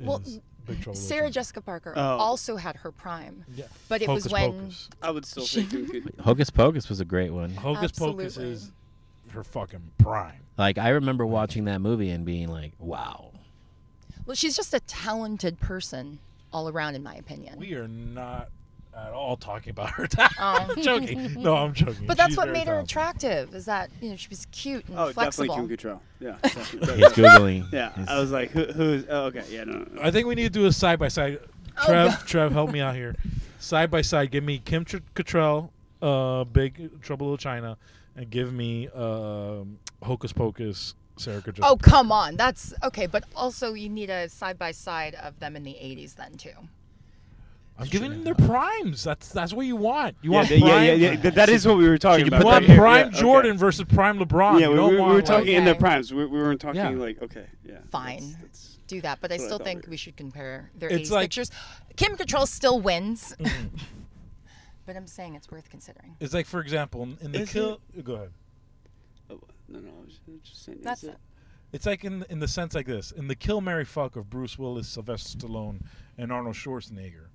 Speaker 3: Well,
Speaker 1: is Big Trouble. in Little
Speaker 3: Sarah
Speaker 1: China.
Speaker 3: Jessica Parker
Speaker 2: Oh.
Speaker 3: also had her prime,
Speaker 1: Yeah.
Speaker 3: but it
Speaker 1: Hocus
Speaker 3: was when.
Speaker 1: Pocus.
Speaker 2: I would still say Kim Cattrall.
Speaker 5: Hocus Pocus was a great one.
Speaker 1: Hocus Pocus
Speaker 3: Absolutely.
Speaker 1: is her fucking prime.
Speaker 5: Like I remember watching that movie and being like, "Wow."
Speaker 3: Well, she's just a talented person all around, in my opinion.
Speaker 1: We are not at all talking about her. I'm joking. No, I'm joking.
Speaker 3: Oh. But that's
Speaker 1: She's
Speaker 3: what
Speaker 1: very
Speaker 3: made her
Speaker 1: talented.
Speaker 3: attractive. Is that you know she was cute and
Speaker 2: Oh,
Speaker 3: flexible.
Speaker 2: definitely Kim Cattrall. Yeah.
Speaker 5: He's
Speaker 2: definitely.
Speaker 5: googling.
Speaker 2: yeah.
Speaker 5: He's-
Speaker 2: I was like, who, who is? Oh, okay. Yeah. No. no, no.
Speaker 1: I think we need to do a side by side. Trev, Trev, help me out here. Side by side, give me Kim Tr- Cattrall, uh, Big Trouble in Little China, and give me um Hocus Pocus, Sarah Jessica.
Speaker 3: Oh come on, that's okay. But also you need a side by side of them in the '80s then too.
Speaker 1: I'm giving them their primes. That's that's what you want. You
Speaker 2: Yeah,
Speaker 1: want
Speaker 2: yeah,
Speaker 1: prime.
Speaker 2: yeah, yeah, yeah. That is what we were talking
Speaker 1: You
Speaker 2: about.
Speaker 1: want
Speaker 2: right here.
Speaker 1: prime
Speaker 2: Yeah, okay.
Speaker 1: Jordan versus prime LeBron.
Speaker 2: Yeah,
Speaker 1: You
Speaker 2: we,
Speaker 1: don't
Speaker 2: we, we
Speaker 1: want,
Speaker 2: were
Speaker 1: like-
Speaker 2: talking in their
Speaker 3: Okay.
Speaker 2: primes. We, we weren't talking
Speaker 1: Yeah.
Speaker 2: like okay, yeah. that's-
Speaker 3: Fine.
Speaker 2: that's-
Speaker 3: Do that, but I
Speaker 2: That's what I
Speaker 3: still
Speaker 2: thought
Speaker 3: think
Speaker 2: we-
Speaker 3: we should compare their
Speaker 1: It's
Speaker 3: 80s
Speaker 1: like-
Speaker 3: pictures. Kim Cattrall still wins,
Speaker 5: Mm-hmm.
Speaker 3: but I'm saying it's worth considering.
Speaker 1: It's like, for example, in- in the
Speaker 2: Is
Speaker 1: kill. Go ahead.
Speaker 2: oh, no, no, I was just saying.
Speaker 3: That's
Speaker 2: is
Speaker 3: it.
Speaker 1: It's like in in the sense like this in the Kill Mary Fuck of Bruce Willis, Sylvester Stallone, and Arnold Schwarzenegger.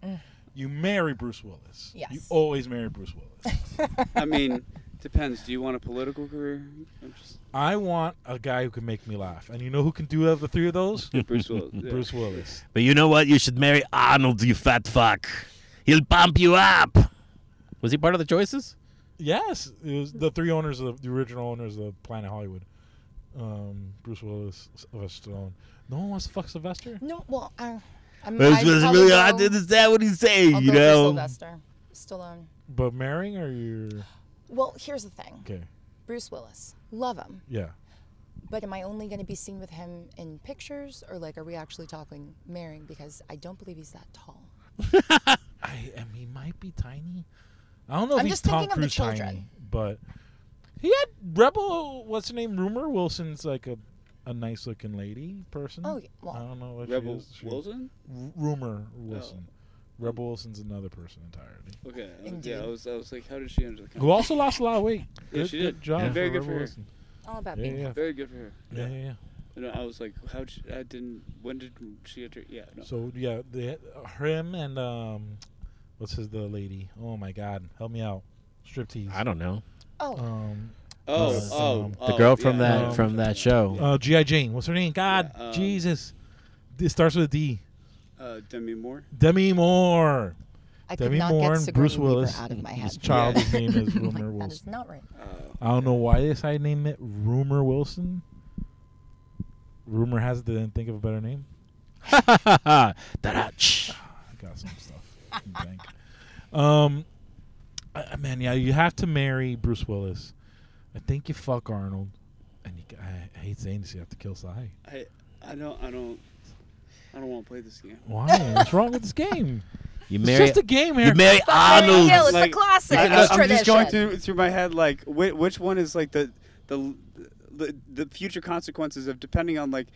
Speaker 1: You marry Bruce Willis. You
Speaker 3: Yes.
Speaker 1: always marry Bruce Willis.
Speaker 2: I mean, depends. Do you want a political career? I'm just
Speaker 1: I want a guy who can make me laugh, and you know who can do of the three of those?
Speaker 2: Bruce Willis. yeah.
Speaker 1: Bruce Willis.
Speaker 5: But you know what? You should marry Arnold, you fat fuck. He'll pump you up. Was he part of the choices?
Speaker 1: Yes, it was the three owners of the original owners of Planet Hollywood. Um, Bruce Willis, Sylvester Stallone. No one wants to fuck Sylvester.
Speaker 3: No, well, I, I'm.
Speaker 5: It's
Speaker 3: I'd probably
Speaker 5: really
Speaker 3: go-
Speaker 5: hard to understand what he's saying,
Speaker 3: I'll
Speaker 5: you
Speaker 3: go for
Speaker 5: know.
Speaker 3: Sylvester Stallone.
Speaker 1: But marrying or you're
Speaker 3: Well, here's the thing.
Speaker 1: okay.
Speaker 3: Bruce Willis, love him,
Speaker 1: Yeah.
Speaker 3: but am I only going to be seen with him in pictures, or like, are we actually talking marrying? Because I don't believe he's that tall.
Speaker 1: I, I mean, he might be tiny. I don't know if
Speaker 3: I'm
Speaker 1: he's
Speaker 3: just
Speaker 1: Tom
Speaker 3: thinking of the
Speaker 1: Cruise tiny,
Speaker 3: children.
Speaker 1: but he had Rebel. What's her name? Rumor Wilson's like a a nice looking lady person.
Speaker 3: Oh, yeah,
Speaker 1: I
Speaker 3: well,
Speaker 1: don't know what
Speaker 2: Rebel
Speaker 1: she is. She-
Speaker 2: Wilson? Oh.
Speaker 1: R- rumor Wilson. Rebel Wilson's another person entirely.
Speaker 2: Okay. I was-
Speaker 3: Indeed.
Speaker 2: Yeah, I was, I was like, how did she enter
Speaker 1: Who
Speaker 2: the country?
Speaker 1: also lost a lot of weight.
Speaker 2: Yeah,
Speaker 1: Good,
Speaker 2: she
Speaker 1: good
Speaker 2: did.
Speaker 1: job.
Speaker 2: Yeah. Very
Speaker 1: for
Speaker 2: good
Speaker 1: Rebel
Speaker 2: for her.
Speaker 1: Wilson.
Speaker 3: all about
Speaker 1: Yeah,
Speaker 3: being
Speaker 1: yeah,
Speaker 2: Very good for her.
Speaker 1: yeah, yeah, yeah.
Speaker 2: And I was like, how did she, I didn't, when did she enter? Yeah, no.
Speaker 1: So yeah, the him and um, what's his the lady? Oh my God, help me out. Striptease.
Speaker 10: I don't know.
Speaker 3: Oh,
Speaker 1: Um,
Speaker 2: Oh,
Speaker 1: Uh,
Speaker 2: oh,
Speaker 1: um,
Speaker 2: oh,
Speaker 10: The girl from
Speaker 2: yeah,
Speaker 10: that
Speaker 1: um,
Speaker 10: from that show.
Speaker 1: uh, GI Jane. What's her name? God,
Speaker 2: Yeah, um,
Speaker 1: Jesus. It starts with a D.
Speaker 2: Uh, Demi Moore.
Speaker 1: Demi Moore.
Speaker 3: I could
Speaker 1: Demi
Speaker 3: not
Speaker 1: Moore
Speaker 3: get
Speaker 1: and
Speaker 3: Sigourney
Speaker 1: Bruce
Speaker 3: Weaver
Speaker 1: Willis.
Speaker 3: out of my
Speaker 1: His
Speaker 3: head.
Speaker 1: child,
Speaker 2: Yeah.
Speaker 1: his name is
Speaker 3: I'm like,
Speaker 1: Rumor
Speaker 3: that is
Speaker 1: Wilson.
Speaker 3: not right.
Speaker 2: Oh,
Speaker 1: I don't know why they decided to name it Rumor Wilson. Rumor has it they didn't think of a better name.
Speaker 10: Da-da-tsh.
Speaker 1: I got some stuff. in the bank. Um, I, I- man, yeah, you have to marry Bruce Willis. I think you fuck Arnold, and you, g- I, I hate saying this, you have to kill Sai.
Speaker 2: I, I don't, I don't, I don't want to play this game.
Speaker 1: Why? What's wrong with this game?
Speaker 10: You
Speaker 1: It's
Speaker 10: marry
Speaker 1: just a game,
Speaker 10: you
Speaker 1: Eric.
Speaker 10: marry
Speaker 3: Arnold. Hill,
Speaker 10: Arnold.
Speaker 3: it's
Speaker 2: Like,
Speaker 3: a classic.
Speaker 2: I,
Speaker 3: it's
Speaker 2: am just
Speaker 3: tradition.
Speaker 2: going through through my head like which, which one is like the the, the the future consequences of depending on like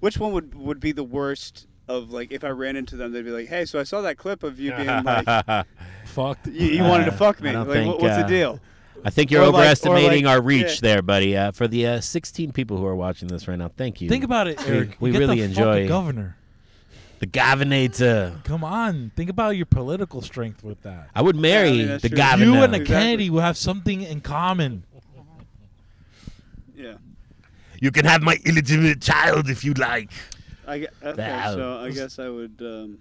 Speaker 2: which one would would be the worst of like if I ran into them they'd be like hey so I saw that clip of you being like
Speaker 1: Fucked.
Speaker 2: you, you wanted to
Speaker 10: Uh,
Speaker 2: fuck me
Speaker 10: I don't
Speaker 2: like what-
Speaker 10: think,
Speaker 2: what's the
Speaker 10: uh,
Speaker 2: deal
Speaker 10: I think you're
Speaker 2: Or like- or
Speaker 10: overestimating
Speaker 2: like-
Speaker 10: our reach
Speaker 2: yeah.
Speaker 10: there, buddy. Uh, for the uh, 16 people who are watching this right now, thank you.
Speaker 1: Think about it,
Speaker 10: We-
Speaker 1: Eric.
Speaker 10: we
Speaker 1: Get
Speaker 10: really
Speaker 1: the
Speaker 10: enjoy-
Speaker 1: fucking governor.
Speaker 10: the Governator.
Speaker 1: Come on, think about your political strength with that.
Speaker 10: I would marry
Speaker 2: mean, that's
Speaker 10: the
Speaker 2: true.
Speaker 10: Governor.
Speaker 1: You and a
Speaker 2: Exactly.
Speaker 1: Kennedy will have something in common.
Speaker 2: yeah
Speaker 10: You can have my illegitimate child if you like.
Speaker 2: I gue- okay
Speaker 10: Wow.
Speaker 2: so I guess I would um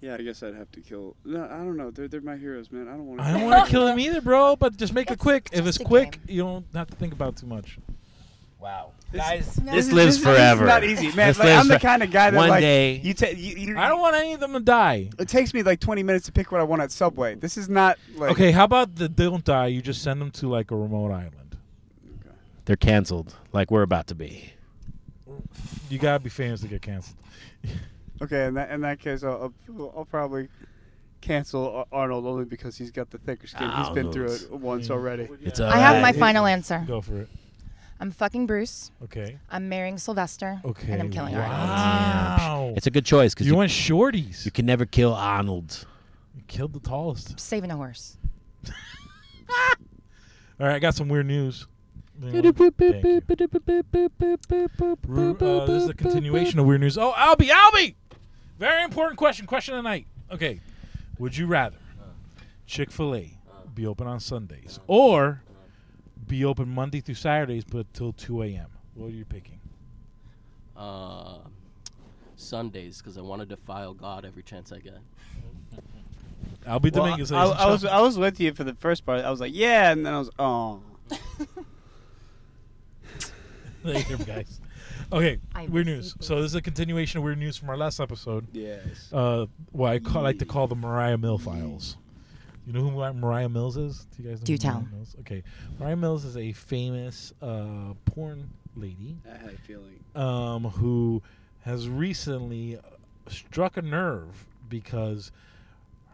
Speaker 2: yeah I guess I'd have to kill no I don't know they're they're my heroes man I don't want
Speaker 1: I don't want to kill him either, bro. But just make it
Speaker 3: It's
Speaker 1: quick. If it's
Speaker 3: just a
Speaker 1: quick,
Speaker 3: game.
Speaker 1: you don't have to think about it too much.
Speaker 10: Wow.
Speaker 2: This-
Speaker 10: Guys,
Speaker 3: No.
Speaker 10: this,
Speaker 3: This is-
Speaker 10: lives forever.
Speaker 2: It's not easy, man.
Speaker 10: This
Speaker 2: Like,
Speaker 10: lives
Speaker 2: I'm the
Speaker 10: for-
Speaker 2: kind of guy that
Speaker 10: One
Speaker 2: like
Speaker 10: day-
Speaker 2: you take. You, you,
Speaker 1: I don't want any of them to die.
Speaker 2: It takes me like 20 minutes to pick what I want at Subway. This is not like
Speaker 1: Okay, how about the don't die? You just send them to like a remote island.
Speaker 10: They're canceled, like we're about to be.
Speaker 1: You gotta be famous to get canceled.
Speaker 2: Okay, in that in that case, I'll I'll, I'll probably cancel Ar- Arnold only because he's got the thicker skin. He's been through it once already.
Speaker 10: It's uh, all
Speaker 3: I
Speaker 1: Uh,
Speaker 3: have my
Speaker 10: right.
Speaker 3: final answer.
Speaker 1: Go for it.
Speaker 3: I'm fucking Bruce.
Speaker 1: Okay.
Speaker 3: I'm marrying Sylvester.
Speaker 1: Okay.
Speaker 3: And I'm killing Arnold.
Speaker 1: wow.
Speaker 10: It's a good choice because
Speaker 1: You
Speaker 10: you,
Speaker 1: went shorties.
Speaker 10: you can never kill Arnold.
Speaker 1: You killed the tallest.
Speaker 3: Saving a horse.
Speaker 1: All right, I got some weird news. Thank you. Ru- uh, this is a continuation of weird news. Oh, Albie, Albie! Very important question. Question of the night. Okay. Would you rather Chick fil A be open on Sundays or be open Monday through Saturdays but till 2 a.m.? What are you picking?
Speaker 8: Uh, Sundays, because I want to defile God every chance I get.
Speaker 1: Albie
Speaker 2: Well,
Speaker 1: Dominguez.
Speaker 2: I,
Speaker 1: ladies and
Speaker 2: I was I
Speaker 1: gentlemen.
Speaker 2: was with you for the first part. I was like, yeah, and then I was oh.
Speaker 1: There you go, guys. Okay,
Speaker 3: I
Speaker 1: weird
Speaker 3: receive
Speaker 1: news.
Speaker 3: it.
Speaker 1: So this is a continuation of weird news from our last episode.
Speaker 2: Yes.
Speaker 1: Uh, what I call, like to call the Mariah Mill files. You know who Mar- Mariah Mills is? Do you guys know
Speaker 3: Do
Speaker 1: who
Speaker 3: tell.
Speaker 1: Mariah Mills? Okay, Mariah Mills is a famous uh, porn lady
Speaker 2: I had a feeling.
Speaker 1: um, who has recently struck a nerve because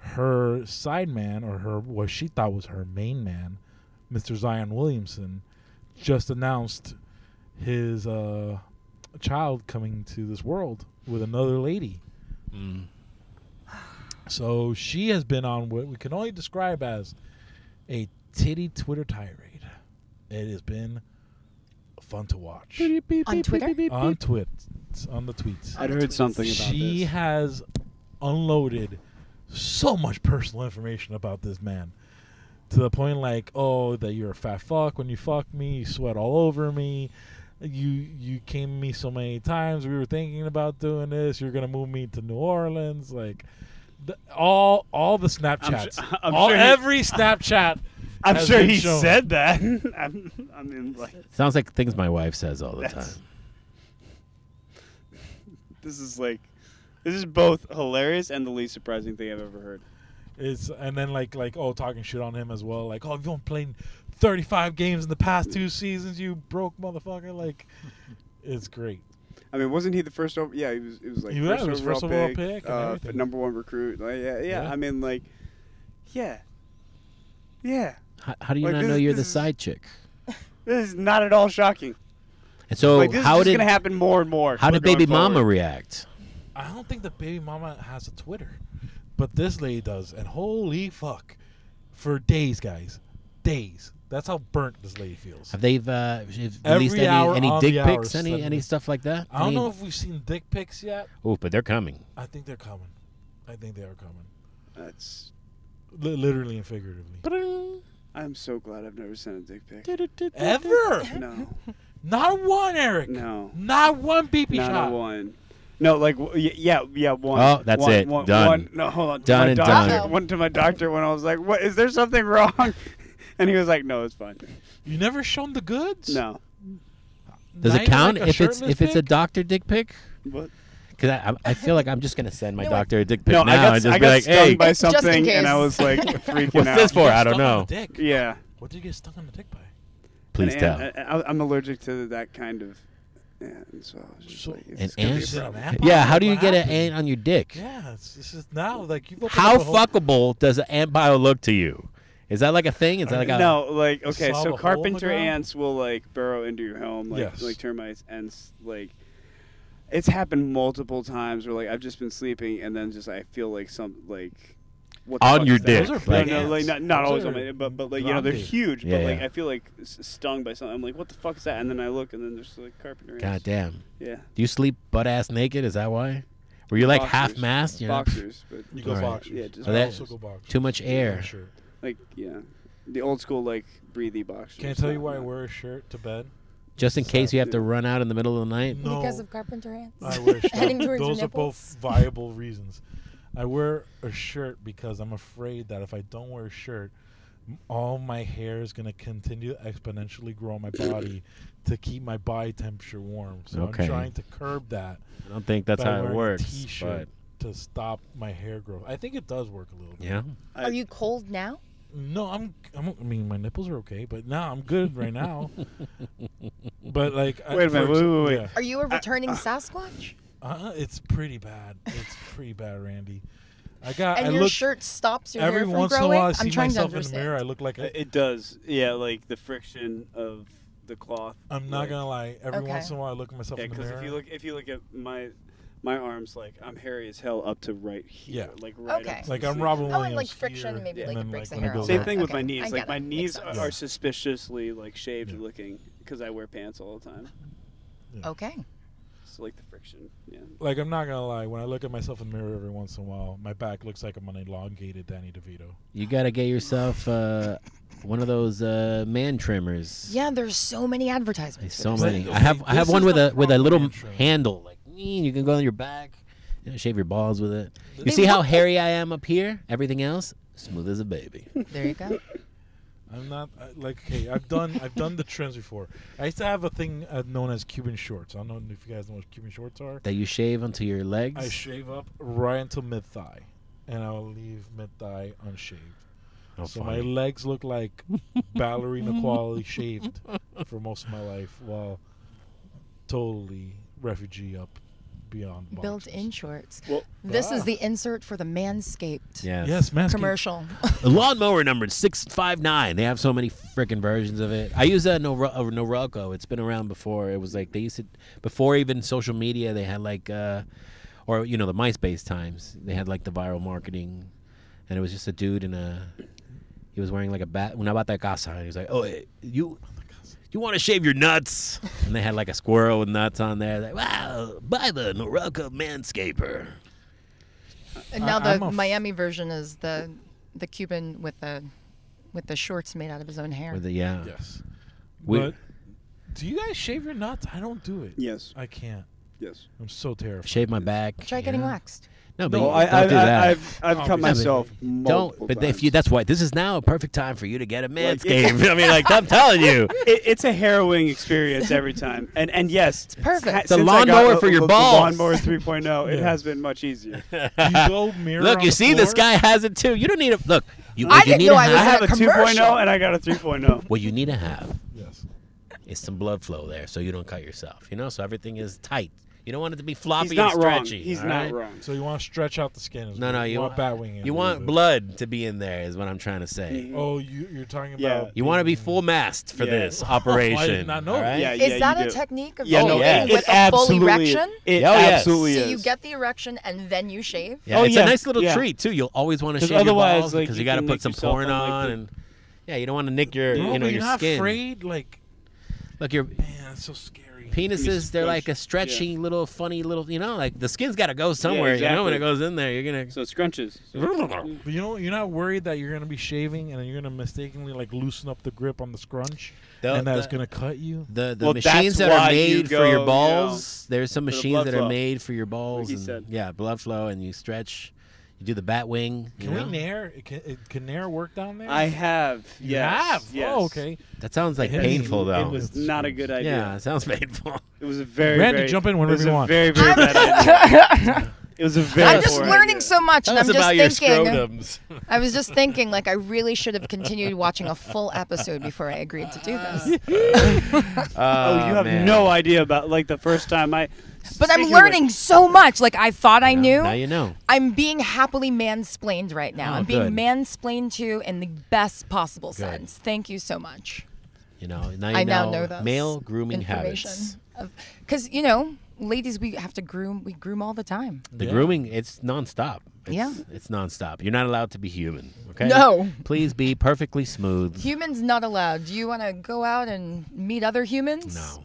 Speaker 1: her sideman or her what she thought was her main man, Mr. Zion Williamson, just announced his uh, child coming to this world with another lady. So she has been on what we can only describe as a titty Twitter tirade. It has been fun to watch
Speaker 3: On Twitter?
Speaker 1: on twit on the tweets.
Speaker 2: I'd heard something about
Speaker 1: She
Speaker 2: this.
Speaker 1: has unloaded so much personal information about this man. To the point like, oh, that you're a fat fuck when you fuck me, you sweat all over me. You you came to me so many times. We were thinking about doing this. You're gonna move me to New Orleans, like the, all all the Snapchats,
Speaker 2: su- I'm
Speaker 1: all
Speaker 2: sure he-
Speaker 1: every Snapchat.
Speaker 2: I'm
Speaker 1: has
Speaker 2: sure
Speaker 1: been
Speaker 2: he
Speaker 1: shown.
Speaker 2: said that. I'm, I mean, like
Speaker 10: Sounds like things my wife says all the time.
Speaker 2: That's- this is like this is both hilarious and the least surprising thing I've ever heard.
Speaker 1: It's and then like like oh talking shit on him as well. Like oh you've only played thirty five games in the past two seasons, you broke motherfucker. Like it's great.
Speaker 2: I mean, wasn't he the first? Over- yeah, he was. It was like
Speaker 1: Yeah,
Speaker 2: first,
Speaker 1: he was
Speaker 2: overall
Speaker 1: first overall
Speaker 2: pick,
Speaker 1: pick and
Speaker 2: uh,
Speaker 1: everything.
Speaker 2: f- number one recruit. Like, yeah, yeah,
Speaker 1: Yeah.
Speaker 2: I mean, like, yeah, yeah.
Speaker 10: How, how do you
Speaker 2: Like,
Speaker 10: not
Speaker 2: this
Speaker 10: know
Speaker 2: is-
Speaker 10: you're the
Speaker 2: this is-
Speaker 10: side chick?
Speaker 2: This is not at all shocking.
Speaker 5: And so
Speaker 2: like this
Speaker 5: Oh, how
Speaker 2: is
Speaker 5: did
Speaker 2: going to happen more and more.
Speaker 5: how did
Speaker 2: going
Speaker 5: baby mama
Speaker 2: forward.
Speaker 5: react?
Speaker 1: I don't think the baby mama has a Twitter, but this lady does, and holy fuck, for days, guys, days. That's how burnt this lady feels.
Speaker 5: Have they uh, have
Speaker 1: Every
Speaker 5: released any,
Speaker 1: hour
Speaker 5: any
Speaker 1: on
Speaker 5: dick
Speaker 1: the hour
Speaker 5: pics, any
Speaker 1: suddenly.
Speaker 5: any stuff like that?
Speaker 1: I don't
Speaker 5: Any-
Speaker 1: know if we've seen dick pics yet.
Speaker 5: Oh, but they're coming.
Speaker 1: I think they're coming. I think they are coming,
Speaker 2: That's.
Speaker 1: Li- literally and figuratively.
Speaker 2: I'm so glad I've never sent a dick pic.
Speaker 1: Ever?
Speaker 2: No,
Speaker 1: Not one, Eric.
Speaker 2: no,
Speaker 1: Not one BP
Speaker 2: not
Speaker 1: shot.
Speaker 2: a one. No, like w- y- yeah, yeah, one.
Speaker 5: Oh, that's
Speaker 2: One-
Speaker 5: it.
Speaker 2: one-
Speaker 5: Done.
Speaker 2: one- no, hold on. To
Speaker 5: Done
Speaker 2: my
Speaker 5: and
Speaker 2: doctor,
Speaker 3: done.
Speaker 2: Went to my doctor when I was like, "What is there something wrong?" And he was like, "No, it's fine."
Speaker 1: You never shown the goods.
Speaker 2: No.
Speaker 5: Does
Speaker 1: Not
Speaker 5: it
Speaker 1: even
Speaker 5: count
Speaker 1: like a
Speaker 5: if it's
Speaker 1: shirtless
Speaker 5: if it's a
Speaker 1: pic?
Speaker 5: doctor dick pic?
Speaker 2: What?
Speaker 5: Because I, I I feel like I'm just gonna send my
Speaker 3: No, I-
Speaker 5: doctor a dick pic
Speaker 2: No,
Speaker 5: now
Speaker 2: I got,
Speaker 5: and just
Speaker 2: I
Speaker 5: be
Speaker 2: got
Speaker 5: like,
Speaker 2: stung
Speaker 5: hey,
Speaker 2: by
Speaker 3: Just in
Speaker 2: something, and I
Speaker 3: case.
Speaker 2: was like freaking
Speaker 5: What's
Speaker 2: out.
Speaker 5: this for?
Speaker 1: You got
Speaker 5: I don't
Speaker 1: stung on
Speaker 5: know.
Speaker 1: the dick.
Speaker 2: Yeah.
Speaker 1: What did you get stung on the dick by?
Speaker 5: please
Speaker 2: and,
Speaker 5: tell.
Speaker 2: and I, I'm allergic to that kind of. And so I was just
Speaker 1: So-
Speaker 2: like,
Speaker 5: An
Speaker 2: it's gonna be a
Speaker 5: ant?
Speaker 2: problem.
Speaker 5: Yeah, how do you
Speaker 1: What
Speaker 5: get an
Speaker 1: happened?
Speaker 5: ant on your dick?
Speaker 1: Yeah, it's, this is now like you. opened
Speaker 5: How
Speaker 1: up a whole-
Speaker 5: fuckable does an ant bio look to you? Is that like a thing? Is that like a
Speaker 2: no, like
Speaker 1: Solve a
Speaker 2: okay,
Speaker 1: hole in
Speaker 2: so
Speaker 1: the
Speaker 2: carpenter
Speaker 1: ground?
Speaker 2: ants will like burrow into your home, like
Speaker 1: Yes.
Speaker 2: like termites, and s- like it's happened multiple times where like I've just been sleeping and then just I feel like some like what the
Speaker 5: On
Speaker 2: fuck
Speaker 5: your
Speaker 2: is that?
Speaker 5: dick.
Speaker 1: Those are big
Speaker 2: No,
Speaker 5: Like-
Speaker 2: no,
Speaker 1: ants.
Speaker 2: like not, not
Speaker 1: Those
Speaker 2: always on
Speaker 1: are
Speaker 2: my, but but like you know they're
Speaker 1: grumpy.
Speaker 2: huge, but
Speaker 5: Yeah,
Speaker 2: like
Speaker 5: yeah.
Speaker 2: I feel like s- stung by something. I'm like, what the fuck is that? And then I look and then there's like carpenter
Speaker 5: God
Speaker 2: ants.
Speaker 5: damn.
Speaker 2: Yeah,
Speaker 5: Do you sleep butt ass naked? Is that why? Were you like half
Speaker 2: Boxers.
Speaker 5: masked? You're not-
Speaker 2: boxers, but
Speaker 1: You go
Speaker 5: Alright.
Speaker 1: boxers.
Speaker 2: Yeah, just
Speaker 5: Oh,
Speaker 1: I
Speaker 5: that-
Speaker 1: also go boxers.
Speaker 5: too much air.
Speaker 1: Sure.
Speaker 2: like yeah, the old school like breathy boxers.
Speaker 1: Can I tell you why I
Speaker 2: Not-
Speaker 1: wear a shirt to bed?
Speaker 5: Just in case you have to
Speaker 2: Yeah.
Speaker 5: run out in the middle of the night?
Speaker 1: No,
Speaker 3: Because of carpenter ants.
Speaker 1: I wear a shirt.
Speaker 3: Heading towards your
Speaker 1: Those are
Speaker 3: nipples.
Speaker 1: both viable reasons. I wear a shirt because I'm afraid that if I don't wear a shirt, m- all my hair is gonna continue to exponentially grow on my body to keep my body temperature warm. So
Speaker 5: Okay.
Speaker 1: I'm trying to curb that.
Speaker 5: I don't think that's
Speaker 1: by
Speaker 5: how it
Speaker 1: wearing a
Speaker 5: works.
Speaker 1: T-shirt to stop my hair growth. I think it does work a little.
Speaker 5: but-
Speaker 1: bit.
Speaker 5: yeah.
Speaker 3: Are you cold now?
Speaker 1: No, I'm, I'm. I mean, my nipples are okay, but now I'm good right now. but like, I-
Speaker 2: Wait a minute,
Speaker 1: for
Speaker 2: wait,
Speaker 1: exa-
Speaker 2: wait, wait.
Speaker 1: yeah.
Speaker 3: Are you a returning Sasquatch?
Speaker 1: Uh, it's pretty bad. It's pretty bad, Randy. I got.
Speaker 3: And
Speaker 1: I
Speaker 3: your
Speaker 1: look
Speaker 3: shirt stops your
Speaker 1: every
Speaker 3: hair from
Speaker 1: once in a
Speaker 3: growing?
Speaker 1: while. I
Speaker 3: I'm
Speaker 1: see
Speaker 3: trying
Speaker 1: myself
Speaker 3: to
Speaker 1: in the
Speaker 3: understand.
Speaker 1: mirror. I look like
Speaker 2: It
Speaker 1: a,
Speaker 2: Uh, it does. Yeah, like the friction of the cloth.
Speaker 1: I'm not
Speaker 2: like-
Speaker 1: gonna lie. Every
Speaker 3: Okay.
Speaker 1: once in a while, I look at myself
Speaker 2: Yeah,
Speaker 1: in the
Speaker 2: because
Speaker 1: mirror.
Speaker 2: if you look, if you look at my my arms, like I'm hairy as hell up to right here.
Speaker 1: Yeah.
Speaker 2: Yeah. Like right.
Speaker 3: Okay.
Speaker 2: Up to
Speaker 1: like
Speaker 2: the
Speaker 1: I'm
Speaker 2: sleeve.
Speaker 1: Robin Williams.
Speaker 3: Oh, and like friction,
Speaker 1: here,
Speaker 3: maybe
Speaker 1: and
Speaker 3: like
Speaker 1: then,
Speaker 3: it breaks
Speaker 1: like,
Speaker 3: the
Speaker 1: when I
Speaker 3: hair
Speaker 1: go
Speaker 3: off.
Speaker 2: Same
Speaker 1: back-
Speaker 2: thing with my
Speaker 3: Okay, I
Speaker 2: knees. Like
Speaker 3: get
Speaker 2: my
Speaker 3: it. Makes
Speaker 2: knees
Speaker 3: sense.
Speaker 2: are, are suspiciously like shaved
Speaker 1: Yeah.
Speaker 2: looking because I wear pants all the time.
Speaker 3: Okay.
Speaker 2: So like the friction. Yeah.
Speaker 1: Like I'm not gonna lie. When I look at myself in the mirror every once in a while, my back looks like I'm an elongated Danny DeVito.
Speaker 5: You got to get yourself uh, one of those uh, man trimmers.
Speaker 3: Yeah, there's so many advertisements.
Speaker 5: There's
Speaker 3: for
Speaker 5: so
Speaker 3: this.
Speaker 5: many.
Speaker 1: Like,
Speaker 5: I have
Speaker 1: okay,
Speaker 5: I have
Speaker 1: this
Speaker 5: one
Speaker 1: is
Speaker 5: with
Speaker 1: the
Speaker 5: a with a little
Speaker 1: problem, Trent.
Speaker 5: handle like mean. You can go on your back, you know, shave your balls with it. You
Speaker 3: They
Speaker 5: see how
Speaker 3: look-
Speaker 5: hairy I am up here? Everything else smooth as a baby.
Speaker 3: There you go.
Speaker 1: I'm not I, like okay. I've done I've done the trims before. I used to have a thing uh, known as Cuban shorts. I don't know if you guys know what Cuban shorts are.
Speaker 5: that you shave onto your legs.
Speaker 1: I shave up right until mid thigh, and I'll leave mid thigh unshaved.
Speaker 5: How
Speaker 1: so my
Speaker 5: funny.
Speaker 1: legs look like ballerina quality shaved for most of my life, while totally refugee up beyond boxes.
Speaker 3: Built-in shorts.
Speaker 2: Well,
Speaker 3: This is
Speaker 1: Ah.
Speaker 3: the insert for the Manscaped
Speaker 5: Yes.
Speaker 1: Yes, man.
Speaker 3: commercial.
Speaker 5: The lawnmower number six five nine. They have so many freaking versions of it. I use a Nor- uh, Norelco. It's been around before. It was like they used to before even social media. They had like, uh, or you know, the MySpace times. They had like the viral marketing, and it was just a dude in a. He was wearing like a bat. When I bought that casa, and he was like, "Oh, eh, you, you want to shave your nuts?" And they had like a squirrel with nuts on there. Like, wow, buy the Norelco manscaper.
Speaker 3: and now
Speaker 1: I- I'm
Speaker 3: the
Speaker 1: a f-
Speaker 3: Miami version is the the Cuban with the with the shorts made out of his own hair.
Speaker 5: With the yeah.
Speaker 1: Yes.
Speaker 5: We-
Speaker 1: but do you guys shave your nuts? I don't do it.
Speaker 2: yes.
Speaker 1: I can't.
Speaker 2: Yes.
Speaker 1: I'm so terrified.
Speaker 5: Shave my back.
Speaker 3: Try getting
Speaker 5: yeah.
Speaker 3: waxed.
Speaker 5: No, but
Speaker 2: Well,
Speaker 5: you
Speaker 2: I,
Speaker 5: don't
Speaker 2: I,
Speaker 5: do that.
Speaker 2: I, I've I've cut
Speaker 1: Obviously.
Speaker 2: myself
Speaker 5: don't.
Speaker 2: multiple
Speaker 5: But
Speaker 2: times.
Speaker 5: if you, that's why this is now a perfect time for you to get a
Speaker 2: Like,
Speaker 5: manscaped. I mean, like I'm telling you,
Speaker 2: it, it's a harrowing experience every time. And and yes, it's
Speaker 3: perfect.
Speaker 5: The lawnmower for your balls.
Speaker 2: The lawnmower 3.0. It
Speaker 1: Yeah.
Speaker 2: has been much easier.
Speaker 1: Do you go mirror
Speaker 5: look,
Speaker 1: on
Speaker 5: you
Speaker 1: the
Speaker 5: see, this
Speaker 1: floor?
Speaker 5: guy has it too. You don't need a look. You,
Speaker 3: I
Speaker 5: what you
Speaker 3: didn't
Speaker 5: need
Speaker 3: know
Speaker 5: to
Speaker 3: I was
Speaker 2: I
Speaker 5: have,
Speaker 2: have a
Speaker 3: that a
Speaker 2: 2.0
Speaker 3: commercial?
Speaker 2: and I got a oh. 3.0.
Speaker 5: what you need to have
Speaker 1: Yes.
Speaker 5: is some blood flow there, so you don't cut yourself. You know, so everything is tight. You don't want it to be floppy
Speaker 2: He's not
Speaker 5: and
Speaker 2: wrong.
Speaker 5: stretchy.
Speaker 2: He's
Speaker 5: all
Speaker 2: not
Speaker 5: right?
Speaker 2: wrong.
Speaker 1: So you want to stretch out the skin? As
Speaker 5: No,
Speaker 1: well.
Speaker 5: no, you
Speaker 1: want
Speaker 5: want-
Speaker 1: bat wing. it a
Speaker 5: You
Speaker 1: little
Speaker 5: want
Speaker 1: bit.
Speaker 5: blood to be in there, is what I'm trying to say.
Speaker 1: Oh, you, you're talking
Speaker 2: Yeah.
Speaker 1: about.
Speaker 5: You want to be full mast for
Speaker 2: Mm-hmm. Yeah.
Speaker 5: this
Speaker 1: Oh, I did
Speaker 5: operation.
Speaker 1: not know
Speaker 5: all right?
Speaker 2: Yeah,
Speaker 3: Is
Speaker 2: yeah,
Speaker 3: that
Speaker 2: you
Speaker 3: a
Speaker 2: do.
Speaker 3: technique of
Speaker 2: Yeah,
Speaker 5: no,
Speaker 3: shaving
Speaker 5: it-
Speaker 3: with
Speaker 2: it
Speaker 3: a full
Speaker 2: absolutely
Speaker 3: erection?
Speaker 2: It
Speaker 5: Oh, yes.
Speaker 3: So
Speaker 2: absolutely is.
Speaker 3: you get the erection and then you shave?
Speaker 5: Yeah,
Speaker 2: Oh,
Speaker 5: it's
Speaker 2: yeah,
Speaker 5: a nice little
Speaker 2: yeah.
Speaker 5: treat too. You'll always want to
Speaker 2: 'Cause
Speaker 5: shave your
Speaker 2: otherwise,
Speaker 5: balls
Speaker 2: like,
Speaker 5: because
Speaker 2: you
Speaker 5: you got to
Speaker 2: can make
Speaker 5: put some
Speaker 2: yourself
Speaker 5: porn
Speaker 2: unlike
Speaker 5: on,
Speaker 2: the-
Speaker 5: and yeah, you don't want to nick your
Speaker 1: No,
Speaker 5: you know
Speaker 1: but you're
Speaker 5: your
Speaker 1: not
Speaker 5: skin.
Speaker 1: afraid. Like,
Speaker 5: Look, your
Speaker 1: man, that's so scary.
Speaker 5: penises,
Speaker 2: Penis
Speaker 5: they're like a
Speaker 2: goes-
Speaker 5: stretchy little, funny little, you know, like the skin's got to go somewhere. You know, when
Speaker 2: exactly.
Speaker 5: it goes in there, you're gonna.
Speaker 2: So it scrunches.
Speaker 1: But you know, you're not worried that you're gonna be shaving and then you're gonna mistakenly like loosen up the grip on the scrunch,
Speaker 5: The-
Speaker 1: and that's
Speaker 5: the-
Speaker 1: gonna cut you.
Speaker 5: The, the
Speaker 2: Well, that's
Speaker 5: machines that are
Speaker 2: why you
Speaker 5: made for
Speaker 2: go,
Speaker 5: your
Speaker 2: you
Speaker 5: balls, there's some
Speaker 2: for the
Speaker 5: machines
Speaker 2: blood
Speaker 5: that are
Speaker 2: flow.
Speaker 5: made for your balls.
Speaker 2: he
Speaker 5: and-
Speaker 2: said.
Speaker 5: Yeah, blood flow, and you stretch. You do the bat wing. you
Speaker 1: Can we
Speaker 5: know?
Speaker 1: nair? Can, it- can nair work down there?
Speaker 2: I have.
Speaker 1: You
Speaker 2: yes,
Speaker 1: have?
Speaker 2: Yes.
Speaker 1: Oh, okay.
Speaker 5: That sounds like
Speaker 1: It-
Speaker 5: painful
Speaker 1: it
Speaker 5: though.
Speaker 1: was-
Speaker 2: Not a good idea.
Speaker 5: yeah, it sounds painful.
Speaker 2: It was a very.
Speaker 1: Randy,
Speaker 2: very,
Speaker 1: jump in
Speaker 2: it
Speaker 1: whenever
Speaker 2: was
Speaker 1: you
Speaker 2: a
Speaker 1: want.
Speaker 2: Very, very bad idea.
Speaker 3: I'm
Speaker 2: It was a very.
Speaker 3: just
Speaker 2: poor
Speaker 3: learning
Speaker 2: idea.
Speaker 3: so much, and I'm just thinking.
Speaker 5: scrotums.
Speaker 3: I was just thinking, like I really should have continued watching a full episode before I agreed to do this.
Speaker 2: Oh,
Speaker 5: Ah,
Speaker 2: you have no idea about like the first time I.
Speaker 3: But
Speaker 2: Speaking
Speaker 3: I'm
Speaker 2: of
Speaker 3: learning so much. Like I thought I knew.
Speaker 5: Now you know.
Speaker 3: I'm being happily mansplained right now.
Speaker 5: Oh,
Speaker 3: I'm being
Speaker 5: good.
Speaker 3: mansplained to in the best possible sense. Thank you so much.
Speaker 5: You know. Now you
Speaker 3: I now
Speaker 5: know.
Speaker 3: know those
Speaker 5: male grooming
Speaker 3: information
Speaker 5: habits.
Speaker 3: Because you know, ladies, we have to groom. We groom all the time.
Speaker 5: The
Speaker 1: Yeah.
Speaker 5: grooming, it's nonstop. It's,
Speaker 3: Yeah.
Speaker 5: It's nonstop. You're not allowed to be human. Okay.
Speaker 3: No.
Speaker 5: Please be perfectly smooth.
Speaker 3: Humans not allowed. Do you want to go out and meet other humans?
Speaker 5: No.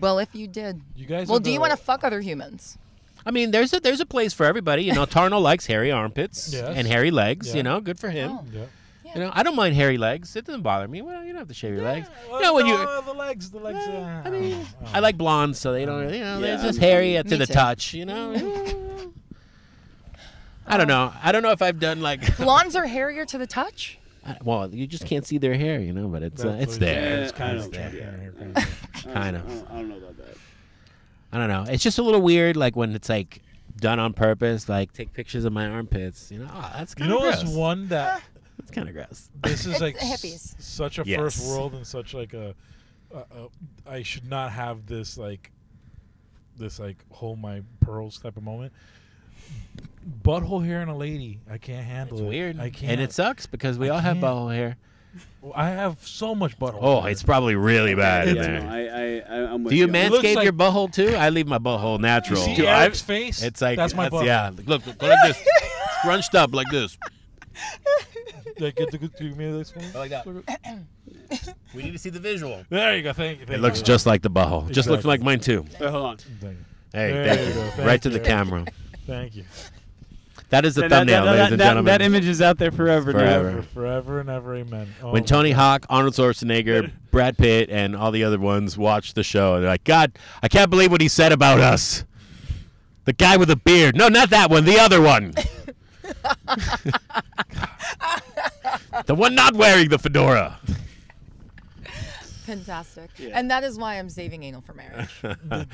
Speaker 3: Well, if you did.
Speaker 1: You guys
Speaker 3: Well,
Speaker 1: have
Speaker 3: do you
Speaker 1: a-
Speaker 3: want to fuck other humans?
Speaker 5: I mean, there's a there's a place for everybody. You know, Tarno likes hairy armpits
Speaker 1: Yes.
Speaker 5: and hairy legs.
Speaker 1: Yeah.
Speaker 5: You know, good for him.
Speaker 3: Oh.
Speaker 1: Yeah.
Speaker 5: You know, I don't mind hairy legs. It doesn't bother me. Well, you don't have to shave your legs.
Speaker 1: Well,
Speaker 5: you know, when you,
Speaker 1: no, Oh, the legs, the legs.
Speaker 5: Eh,
Speaker 1: uh,
Speaker 5: I mean,
Speaker 1: oh,
Speaker 5: I like blondes, so they don't. You
Speaker 2: Yeah,
Speaker 5: know, they're just
Speaker 2: I'm-
Speaker 5: hairy to
Speaker 3: Me
Speaker 5: the
Speaker 3: too.
Speaker 5: touch. You know. I don't know. I don't know if I've done like.
Speaker 3: Blondes are hairier to the touch.
Speaker 5: I- well, you just can't see their hair, you know, but it's
Speaker 1: that's
Speaker 5: uh, it's
Speaker 1: what it is.
Speaker 5: there. It's
Speaker 2: Yeah,
Speaker 5: kind
Speaker 2: I
Speaker 5: of
Speaker 2: know.
Speaker 5: there.
Speaker 1: Yeah.
Speaker 5: Kind
Speaker 2: I
Speaker 5: of.
Speaker 2: don't, I don't know about that.
Speaker 5: I don't know. It's just a little weird, like when it's like done on purpose, like take pictures of my armpits. You know, oh, that's
Speaker 1: You
Speaker 5: kind of
Speaker 1: know,
Speaker 5: gross.
Speaker 1: it's one that
Speaker 5: That's kind of gross.
Speaker 1: this is
Speaker 3: It's
Speaker 1: like s-
Speaker 3: hippies.
Speaker 1: such a
Speaker 5: Yes.
Speaker 1: first world and such like a, a, a I should not have this like this like hold my pearls type of moment. Butthole hair in a lady, I can't handle
Speaker 5: It's
Speaker 1: it.
Speaker 5: weird,
Speaker 1: I can't.
Speaker 5: and it sucks because we
Speaker 1: I
Speaker 5: all have
Speaker 1: can't.
Speaker 5: butthole hair.
Speaker 1: I have so much butthole.
Speaker 5: Oh,
Speaker 1: hair.
Speaker 5: it's probably really bad in
Speaker 1: It's-
Speaker 5: there.
Speaker 2: No, I, I, I, I'm with
Speaker 5: Do you
Speaker 1: man- looks
Speaker 5: manscape
Speaker 1: like-
Speaker 5: your butthole too? I leave my butthole
Speaker 1: you
Speaker 5: natural.
Speaker 1: see
Speaker 5: Dude, I-
Speaker 1: Eric's face.
Speaker 5: It's like
Speaker 1: that's my butthole.
Speaker 5: yeah. Look, look like this, scrunched up like this.
Speaker 1: Like, get the, do you mean this one?
Speaker 5: Like that. We need to see the visual.
Speaker 1: There you go. Thank you.
Speaker 5: It
Speaker 1: thank
Speaker 5: looks
Speaker 1: you.
Speaker 5: just like the butthole. Just looks
Speaker 1: Exactly.
Speaker 5: like mine too.
Speaker 2: Wait, hold on.
Speaker 1: Thank you.
Speaker 5: Hey,
Speaker 1: There
Speaker 5: thank
Speaker 1: you
Speaker 5: you.
Speaker 1: go. Thank
Speaker 5: right to the
Speaker 1: you.
Speaker 5: camera.
Speaker 1: Thank you.
Speaker 5: That is the
Speaker 2: That- that-
Speaker 5: thumbnail,
Speaker 2: that-
Speaker 5: ladies and
Speaker 2: that-
Speaker 5: gentlemen.
Speaker 2: That image is out there forever, dude.
Speaker 5: Forever.
Speaker 1: Forever, forever and ever, amen. Oh,
Speaker 5: when Tony Hawk, Arnold Schwarzenegger, Brad Pitt, and all the other ones watch the show, they're like, God, I can't believe what he said about us. The guy with the beard. No, not that one. The other one. the one not wearing the fedora.
Speaker 3: Fantastic.
Speaker 2: Yeah.
Speaker 3: And that is why I'm saving anal for marriage.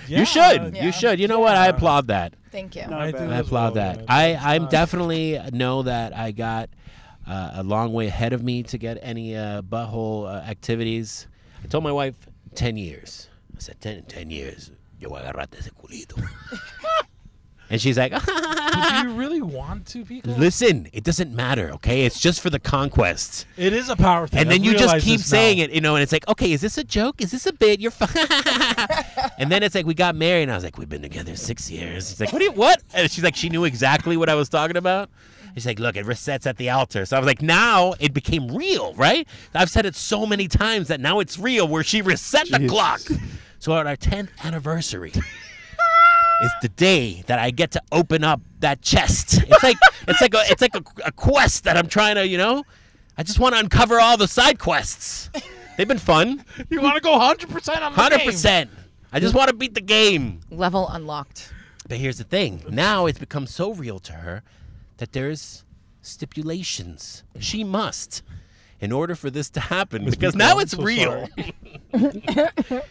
Speaker 1: Yeah,
Speaker 5: you should.
Speaker 3: yeah.
Speaker 5: You should. You know what? I applaud that.
Speaker 3: Thank you.
Speaker 2: No,
Speaker 1: I do
Speaker 2: I
Speaker 5: I
Speaker 1: as
Speaker 5: applaud
Speaker 1: well,
Speaker 5: that.
Speaker 1: man.
Speaker 5: I,
Speaker 1: It's
Speaker 5: I'm
Speaker 1: not-
Speaker 5: definitely uh, know that I got uh, a long way ahead of me to get any uh, butthole uh, activities. I told my wife, 10 years. I said, 10, 10 years. Yo voy a agarrarte ese culito. and she's like,
Speaker 1: But do you really want to, people?
Speaker 5: listen, it doesn't matter, okay? It's just for the conquest.
Speaker 1: It is a power thing.
Speaker 5: And then
Speaker 1: I
Speaker 5: you just
Speaker 1: realize
Speaker 5: keep
Speaker 1: this now.
Speaker 5: saying it, you know, and it's like, okay, is this a joke? Is this a bit? You're fine. and then it's like, we got married, and I was like, we've been together six years. She's like, what? Do you, what? And she's like, she knew exactly what I was talking about. She's like, look, it resets at the altar. So I was like, now it became real, right? I've said it so many times that now it's real, where she reset the clock. So at our 10th anniversary. is the day that I get to open up that chest. It's like it's like a it's like a, a quest that I'm trying to you know. I just want to uncover all the side quests. They've been fun,
Speaker 1: You want to go 100% on the
Speaker 5: hundred
Speaker 1: game.
Speaker 5: percent. I just want to beat the game.
Speaker 3: Level unlocked.
Speaker 5: But here's the thing: now it's become so real to her that there's stipulations. She must, in order for this to happen, because now
Speaker 1: I'm
Speaker 5: it's
Speaker 1: so
Speaker 5: real.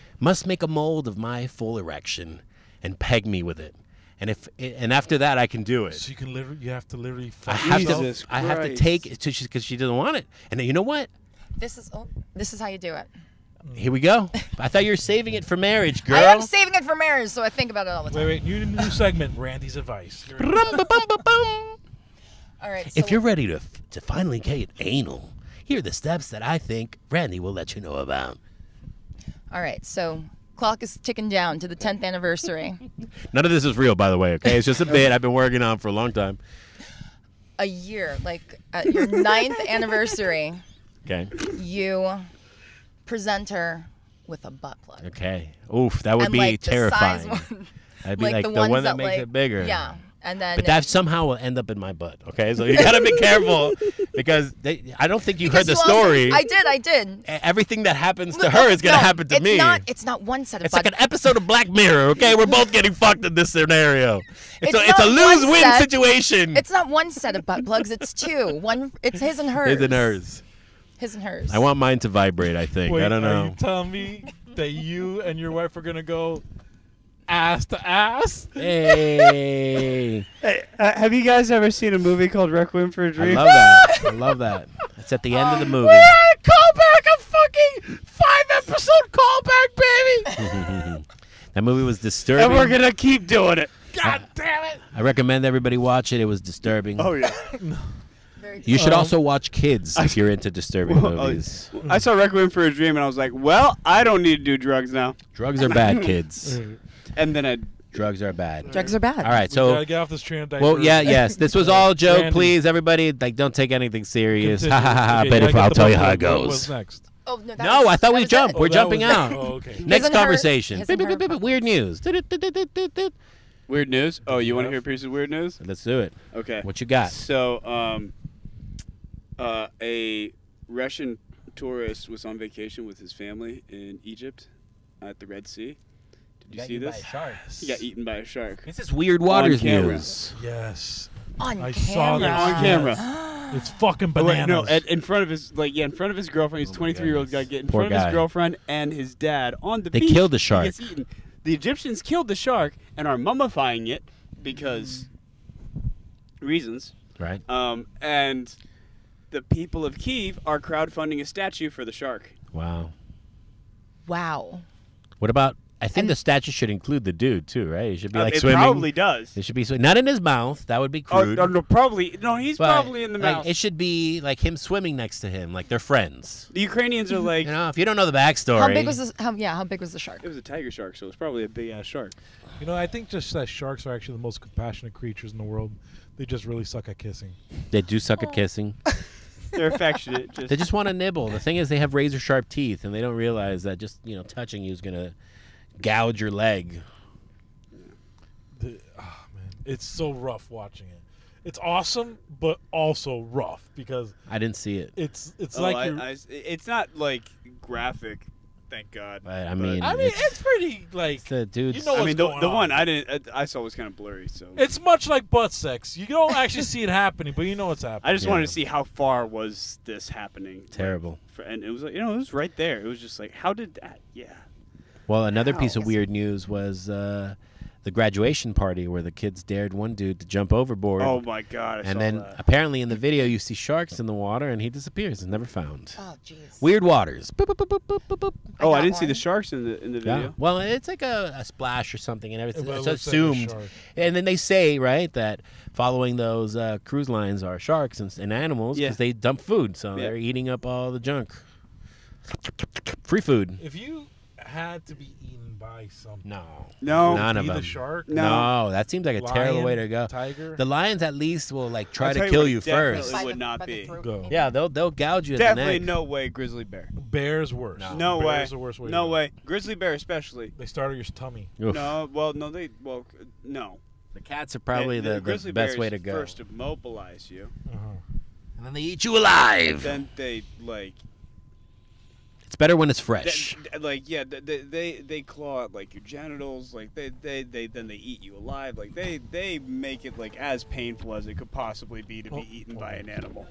Speaker 5: must make a mold of my full erection and peg me with it. And if and after that, I can do it.
Speaker 1: So you can literally, you have to literally
Speaker 5: I
Speaker 1: fuck
Speaker 5: have
Speaker 1: yourself.
Speaker 2: Jesus
Speaker 5: to. I have to
Speaker 2: Christ.
Speaker 5: take it because she, doesn't want it. And then you know what?
Speaker 3: This is oh, this is how you do it.
Speaker 5: Here we go. I thought you were saving it for marriage, girl.
Speaker 3: I am saving it for marriage, so I think about it all the time.
Speaker 1: Wait, wait. New new segment. Randy's advice. You're-
Speaker 5: Rum, ba, bum, ba, bum.
Speaker 3: All right. So
Speaker 5: If you're ready to, f- to finally get anal, here are the steps that I think Randy will let you know about.
Speaker 3: all right. So clock is ticking down to the 10th anniversary.
Speaker 5: None of this is real, by the way, okay? It's just a bit I've been working on for a long time.
Speaker 3: a year, like at your ninth anniversary,
Speaker 5: Okay.
Speaker 3: you present her with a butt plug.
Speaker 5: Okay. Oof, that would
Speaker 3: and
Speaker 5: be
Speaker 3: like
Speaker 5: terrifying.
Speaker 3: The size one.
Speaker 5: That'd be like, the, one that, makes
Speaker 3: like-
Speaker 5: it bigger.
Speaker 3: Yeah. And then
Speaker 5: But that somehow will end up in my butt. Okay, so you gotta be careful because they, I don't think you heard the
Speaker 3: You also-
Speaker 5: story.
Speaker 3: I did, I did.
Speaker 5: E- Everything that happens to her is gonna
Speaker 3: No,
Speaker 5: happen to
Speaker 3: it's
Speaker 5: me.
Speaker 3: Not, it's not one set of
Speaker 5: It's
Speaker 3: butt
Speaker 5: like an episode of Black Mirror, okay? We're both getting fucked in this scenario. It's,
Speaker 3: It's
Speaker 5: a, it's a
Speaker 3: not one
Speaker 5: lose win
Speaker 3: set.
Speaker 5: situation.
Speaker 3: It's not one set of butt plugs. It's two. One. It's his and hers.
Speaker 5: His and hers.
Speaker 3: His and hers.
Speaker 5: I want mine to vibrate, I think.
Speaker 1: Wait,
Speaker 5: I don't
Speaker 1: Are
Speaker 5: know.
Speaker 1: you telling me that you and your wife are gonna go ass to ass?
Speaker 5: hey.
Speaker 2: Hey, uh, have you guys ever seen a movie called Requiem for a
Speaker 5: I
Speaker 2: Dream? Uh,
Speaker 5: love that. I love that. It's at the end of the movie.
Speaker 1: Callback a fucking five episode callback, baby.
Speaker 5: That movie was disturbing.
Speaker 2: and we're gonna keep doing it.
Speaker 1: God damn it.
Speaker 5: I recommend everybody watch it. It was disturbing.
Speaker 2: Oh uh, yeah.
Speaker 3: Very
Speaker 5: You should
Speaker 1: Um,
Speaker 5: also watch Kids if you're into disturbing
Speaker 2: oh,
Speaker 5: movies.
Speaker 2: I saw Requiem for a Dream and I was like, well, I don't need to do drugs now.
Speaker 5: Drugs are bad, kids.
Speaker 2: And then I.
Speaker 5: Drugs are bad.
Speaker 3: Drugs are bad.
Speaker 5: All right,
Speaker 1: So
Speaker 5: so
Speaker 1: gotta get off this train of
Speaker 5: well,
Speaker 1: diapers.
Speaker 5: yeah, yes. This was all a joke.
Speaker 1: Randy.
Speaker 5: Please, everybody, like, don't take anything serious. Ha
Speaker 1: Continue.
Speaker 5: ha ha! ha.
Speaker 1: Okay,
Speaker 5: But
Speaker 1: yeah,
Speaker 5: if
Speaker 1: get
Speaker 5: I'll
Speaker 1: the
Speaker 5: tell you
Speaker 1: butt
Speaker 5: how it
Speaker 1: plug. What-
Speaker 5: goes.
Speaker 1: What's next?
Speaker 3: Oh no. That
Speaker 5: No,
Speaker 3: was-
Speaker 5: I thought
Speaker 3: that
Speaker 5: we
Speaker 3: was
Speaker 5: jumped.
Speaker 3: it.
Speaker 5: We're
Speaker 1: that
Speaker 5: jumping
Speaker 1: was-
Speaker 5: out.
Speaker 1: Oh, okay.
Speaker 5: Next
Speaker 3: Isn't her-
Speaker 5: conversation.
Speaker 3: isn't her-
Speaker 5: Beep, beep, beep, beep, Weird news. Du-du-du-du-du-du.
Speaker 2: Weird news? Oh, you want to hear a piece of weird news?
Speaker 5: Let's do it.
Speaker 2: Okay.
Speaker 5: What you got?
Speaker 2: So, um, uh, a Russian tourist was on vacation with his family in Egypt at the Red Sea. Did you see this? He got eaten by a shark.
Speaker 5: This is weird waters
Speaker 2: camera.
Speaker 5: news.
Speaker 1: Yes.
Speaker 3: on
Speaker 1: I saw
Speaker 3: camera.
Speaker 1: that.
Speaker 2: On camera.
Speaker 1: It's fucking
Speaker 2: Oh,
Speaker 1: bananas.
Speaker 2: wait, no, at, in front of his like yeah, in front of his girlfriend. He's 23 year old guy get in
Speaker 5: Oh Poor
Speaker 2: front of
Speaker 5: guy.
Speaker 2: his girlfriend and his dad on the
Speaker 5: They
Speaker 2: beach.
Speaker 5: killed the
Speaker 2: He
Speaker 5: shark.
Speaker 2: gets eaten. The Egyptians killed the shark and are mummifying it because
Speaker 5: Mm.
Speaker 2: reasons.
Speaker 5: Right.
Speaker 2: Um, and the people of Kiev are crowdfunding a statue for the shark.
Speaker 5: Wow.
Speaker 3: Wow.
Speaker 5: What about? I think the statue should include the dude too, right? He should be
Speaker 2: Uh,
Speaker 5: like
Speaker 2: it
Speaker 5: swimming.
Speaker 2: probably does.
Speaker 5: It should be swi- not in his mouth. That would be
Speaker 2: Oh,
Speaker 5: crude.
Speaker 2: no, no, probably no. He's
Speaker 5: but,
Speaker 2: probably in the
Speaker 5: like,
Speaker 2: mouth.
Speaker 5: it should be like him swimming next to him, like they're friends.
Speaker 2: the Ukrainians are like.
Speaker 5: You know, if you don't know the backstory,
Speaker 3: How big was this? How, yeah. How big was the shark?
Speaker 2: It was a tiger shark, so it's probably a big ass shark.
Speaker 1: You know, I think just that sharks are actually the most compassionate creatures in the world. They just really suck at kissing.
Speaker 5: They do suck at kissing.
Speaker 2: They're affectionate. Just,
Speaker 5: They just want to nibble. The thing is, they have razor sharp teeth, and they don't realize that just you know touching you is gonna gouge your leg.
Speaker 1: The, ah, man, it's so rough watching it. It's awesome, but also rough because
Speaker 5: I didn't see it,
Speaker 1: it's it's
Speaker 2: Oh,
Speaker 1: like
Speaker 2: I-
Speaker 1: you're-
Speaker 2: I- it's not like graphic, thank God.
Speaker 5: but I mean,
Speaker 1: I mean, it's,
Speaker 5: it's,
Speaker 1: pretty like
Speaker 5: it's the dude's.
Speaker 1: you know
Speaker 2: I
Speaker 1: what's
Speaker 2: mean, the,
Speaker 1: going
Speaker 2: the
Speaker 1: on.
Speaker 2: one I didn't, uh, I, I saw was kind of blurry. So
Speaker 1: It's much like butt sex. You don't actually see it happening, but you know it's happening.
Speaker 2: I just wanted
Speaker 5: Yeah.
Speaker 2: to see how far was this happening. like,
Speaker 5: Terrible.
Speaker 2: for- and it was like you know it was right there. It was just like how did that? Yeah.
Speaker 5: Well, another piece of
Speaker 3: Ow.
Speaker 5: weird news was uh, the graduation party where the kids dared one dude to jump overboard.
Speaker 2: Oh my God. I saw
Speaker 5: and then
Speaker 2: that.
Speaker 5: apparently in the video you see sharks in the water and he disappears and never found.
Speaker 3: Oh jeez.
Speaker 5: Weird waters. Boop, boop, boop, boop, boop, boop.
Speaker 2: oh, I
Speaker 3: got
Speaker 2: didn't see the
Speaker 3: one.
Speaker 2: sharks in the in the
Speaker 5: Yeah.
Speaker 2: video.
Speaker 5: Well, it's like a, a splash or something, and everything.
Speaker 1: Well, it looks
Speaker 5: It's
Speaker 1: like a
Speaker 5: assumed.
Speaker 1: shark.
Speaker 5: and then they say, right, that following those uh, cruise lines are sharks and, and animals
Speaker 2: Yeah.
Speaker 5: because they dump food, so
Speaker 2: Yeah.
Speaker 5: they're eating up all the junk. Free food.
Speaker 1: If you had to be eaten by something,
Speaker 5: No.
Speaker 2: No.
Speaker 5: None
Speaker 1: be
Speaker 5: of
Speaker 1: the
Speaker 5: them.
Speaker 1: shark,
Speaker 5: No. that seems like a terrible
Speaker 1: lion,
Speaker 5: way to go.
Speaker 1: Tiger,
Speaker 5: The lions at least will like
Speaker 2: I'll
Speaker 5: try to
Speaker 2: tell you
Speaker 5: kill
Speaker 2: what,
Speaker 5: you
Speaker 2: definitely
Speaker 5: first.
Speaker 2: would not
Speaker 3: by the
Speaker 2: be.
Speaker 3: throat.
Speaker 1: Go.
Speaker 5: Yeah, they'll they'll gouge you.
Speaker 2: Definitely
Speaker 5: at the neck.
Speaker 2: no way, grizzly bear.
Speaker 1: bears worse.
Speaker 2: No
Speaker 1: bears
Speaker 2: way.
Speaker 1: Are worse way to
Speaker 2: No
Speaker 1: go.
Speaker 2: way, grizzly bear especially.
Speaker 1: They start at your tummy.
Speaker 5: Oof.
Speaker 2: No, well, no, they, well, no.
Speaker 5: The cats are probably
Speaker 2: the,
Speaker 5: the, the,
Speaker 2: grizzly bear
Speaker 5: best way
Speaker 2: is
Speaker 5: to go.
Speaker 2: First to mobilize you,
Speaker 5: And then they eat you alive.
Speaker 2: then they like
Speaker 5: It's better when it's fresh.
Speaker 2: Th- th- like yeah, th- they, they they claw at like your genitals, like they, they they then they eat you alive, like they they make it like as painful as it could possibly be to
Speaker 1: Oh.
Speaker 2: be eaten by an animal.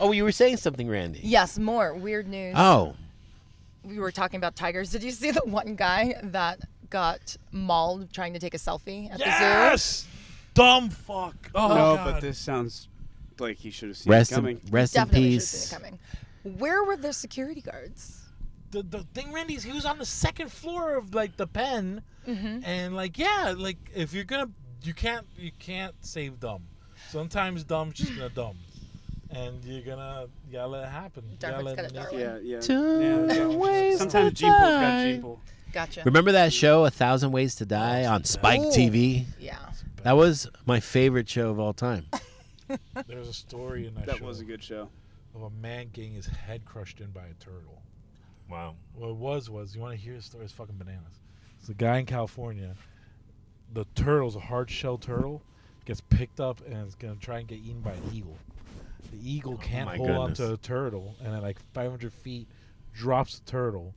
Speaker 5: oh, you were saying something, Randy.
Speaker 3: Yes, more weird news.
Speaker 5: Oh,
Speaker 3: we were talking about tigers. Did you see the one guy that got mauled trying to take a selfie at the zoo?
Speaker 1: Yes, dumb fuck. Oh
Speaker 2: no,
Speaker 1: God.
Speaker 2: but this sounds like he should have seen
Speaker 5: rest
Speaker 2: it coming.
Speaker 5: in, rest in
Speaker 3: Definitely should have seen
Speaker 5: peace.
Speaker 3: it coming. Where were the security guards?
Speaker 11: the, the thing Randy's he was on the second floor of like the pen and like yeah like if you're gonna you can't you can't save dumb sometimes dumb's just gonna dumb and you're gonna you gotta let it happen You gotta
Speaker 3: Darwin's
Speaker 11: let
Speaker 3: got
Speaker 11: it happen.
Speaker 3: a Darwin.
Speaker 2: Yeah, yeah.
Speaker 5: Two ways
Speaker 2: Sometimes
Speaker 5: to
Speaker 2: Gene Pool's got
Speaker 5: die.
Speaker 2: Gene Pool.
Speaker 3: Gotcha.
Speaker 5: Remember that show, A Thousand Ways to Die, on Spike
Speaker 3: Ooh.
Speaker 5: TV?
Speaker 3: Yeah.
Speaker 5: That was my favorite show of all time.
Speaker 1: There was a story in that,
Speaker 2: That
Speaker 1: show
Speaker 2: was a good show.
Speaker 1: of a man getting his head crushed in by a turtle.
Speaker 10: Wow.
Speaker 1: What it was was you want to hear his story? It's fucking bananas. It's a guy in California. The turtle's a hard shell turtle, gets picked up and is gonna try and get eaten by an eagle. The
Speaker 5: Oh
Speaker 1: eagle can't
Speaker 10: my
Speaker 1: hold on to
Speaker 10: goodness.
Speaker 1: the turtle, and at like 500 feet, drops the turtle,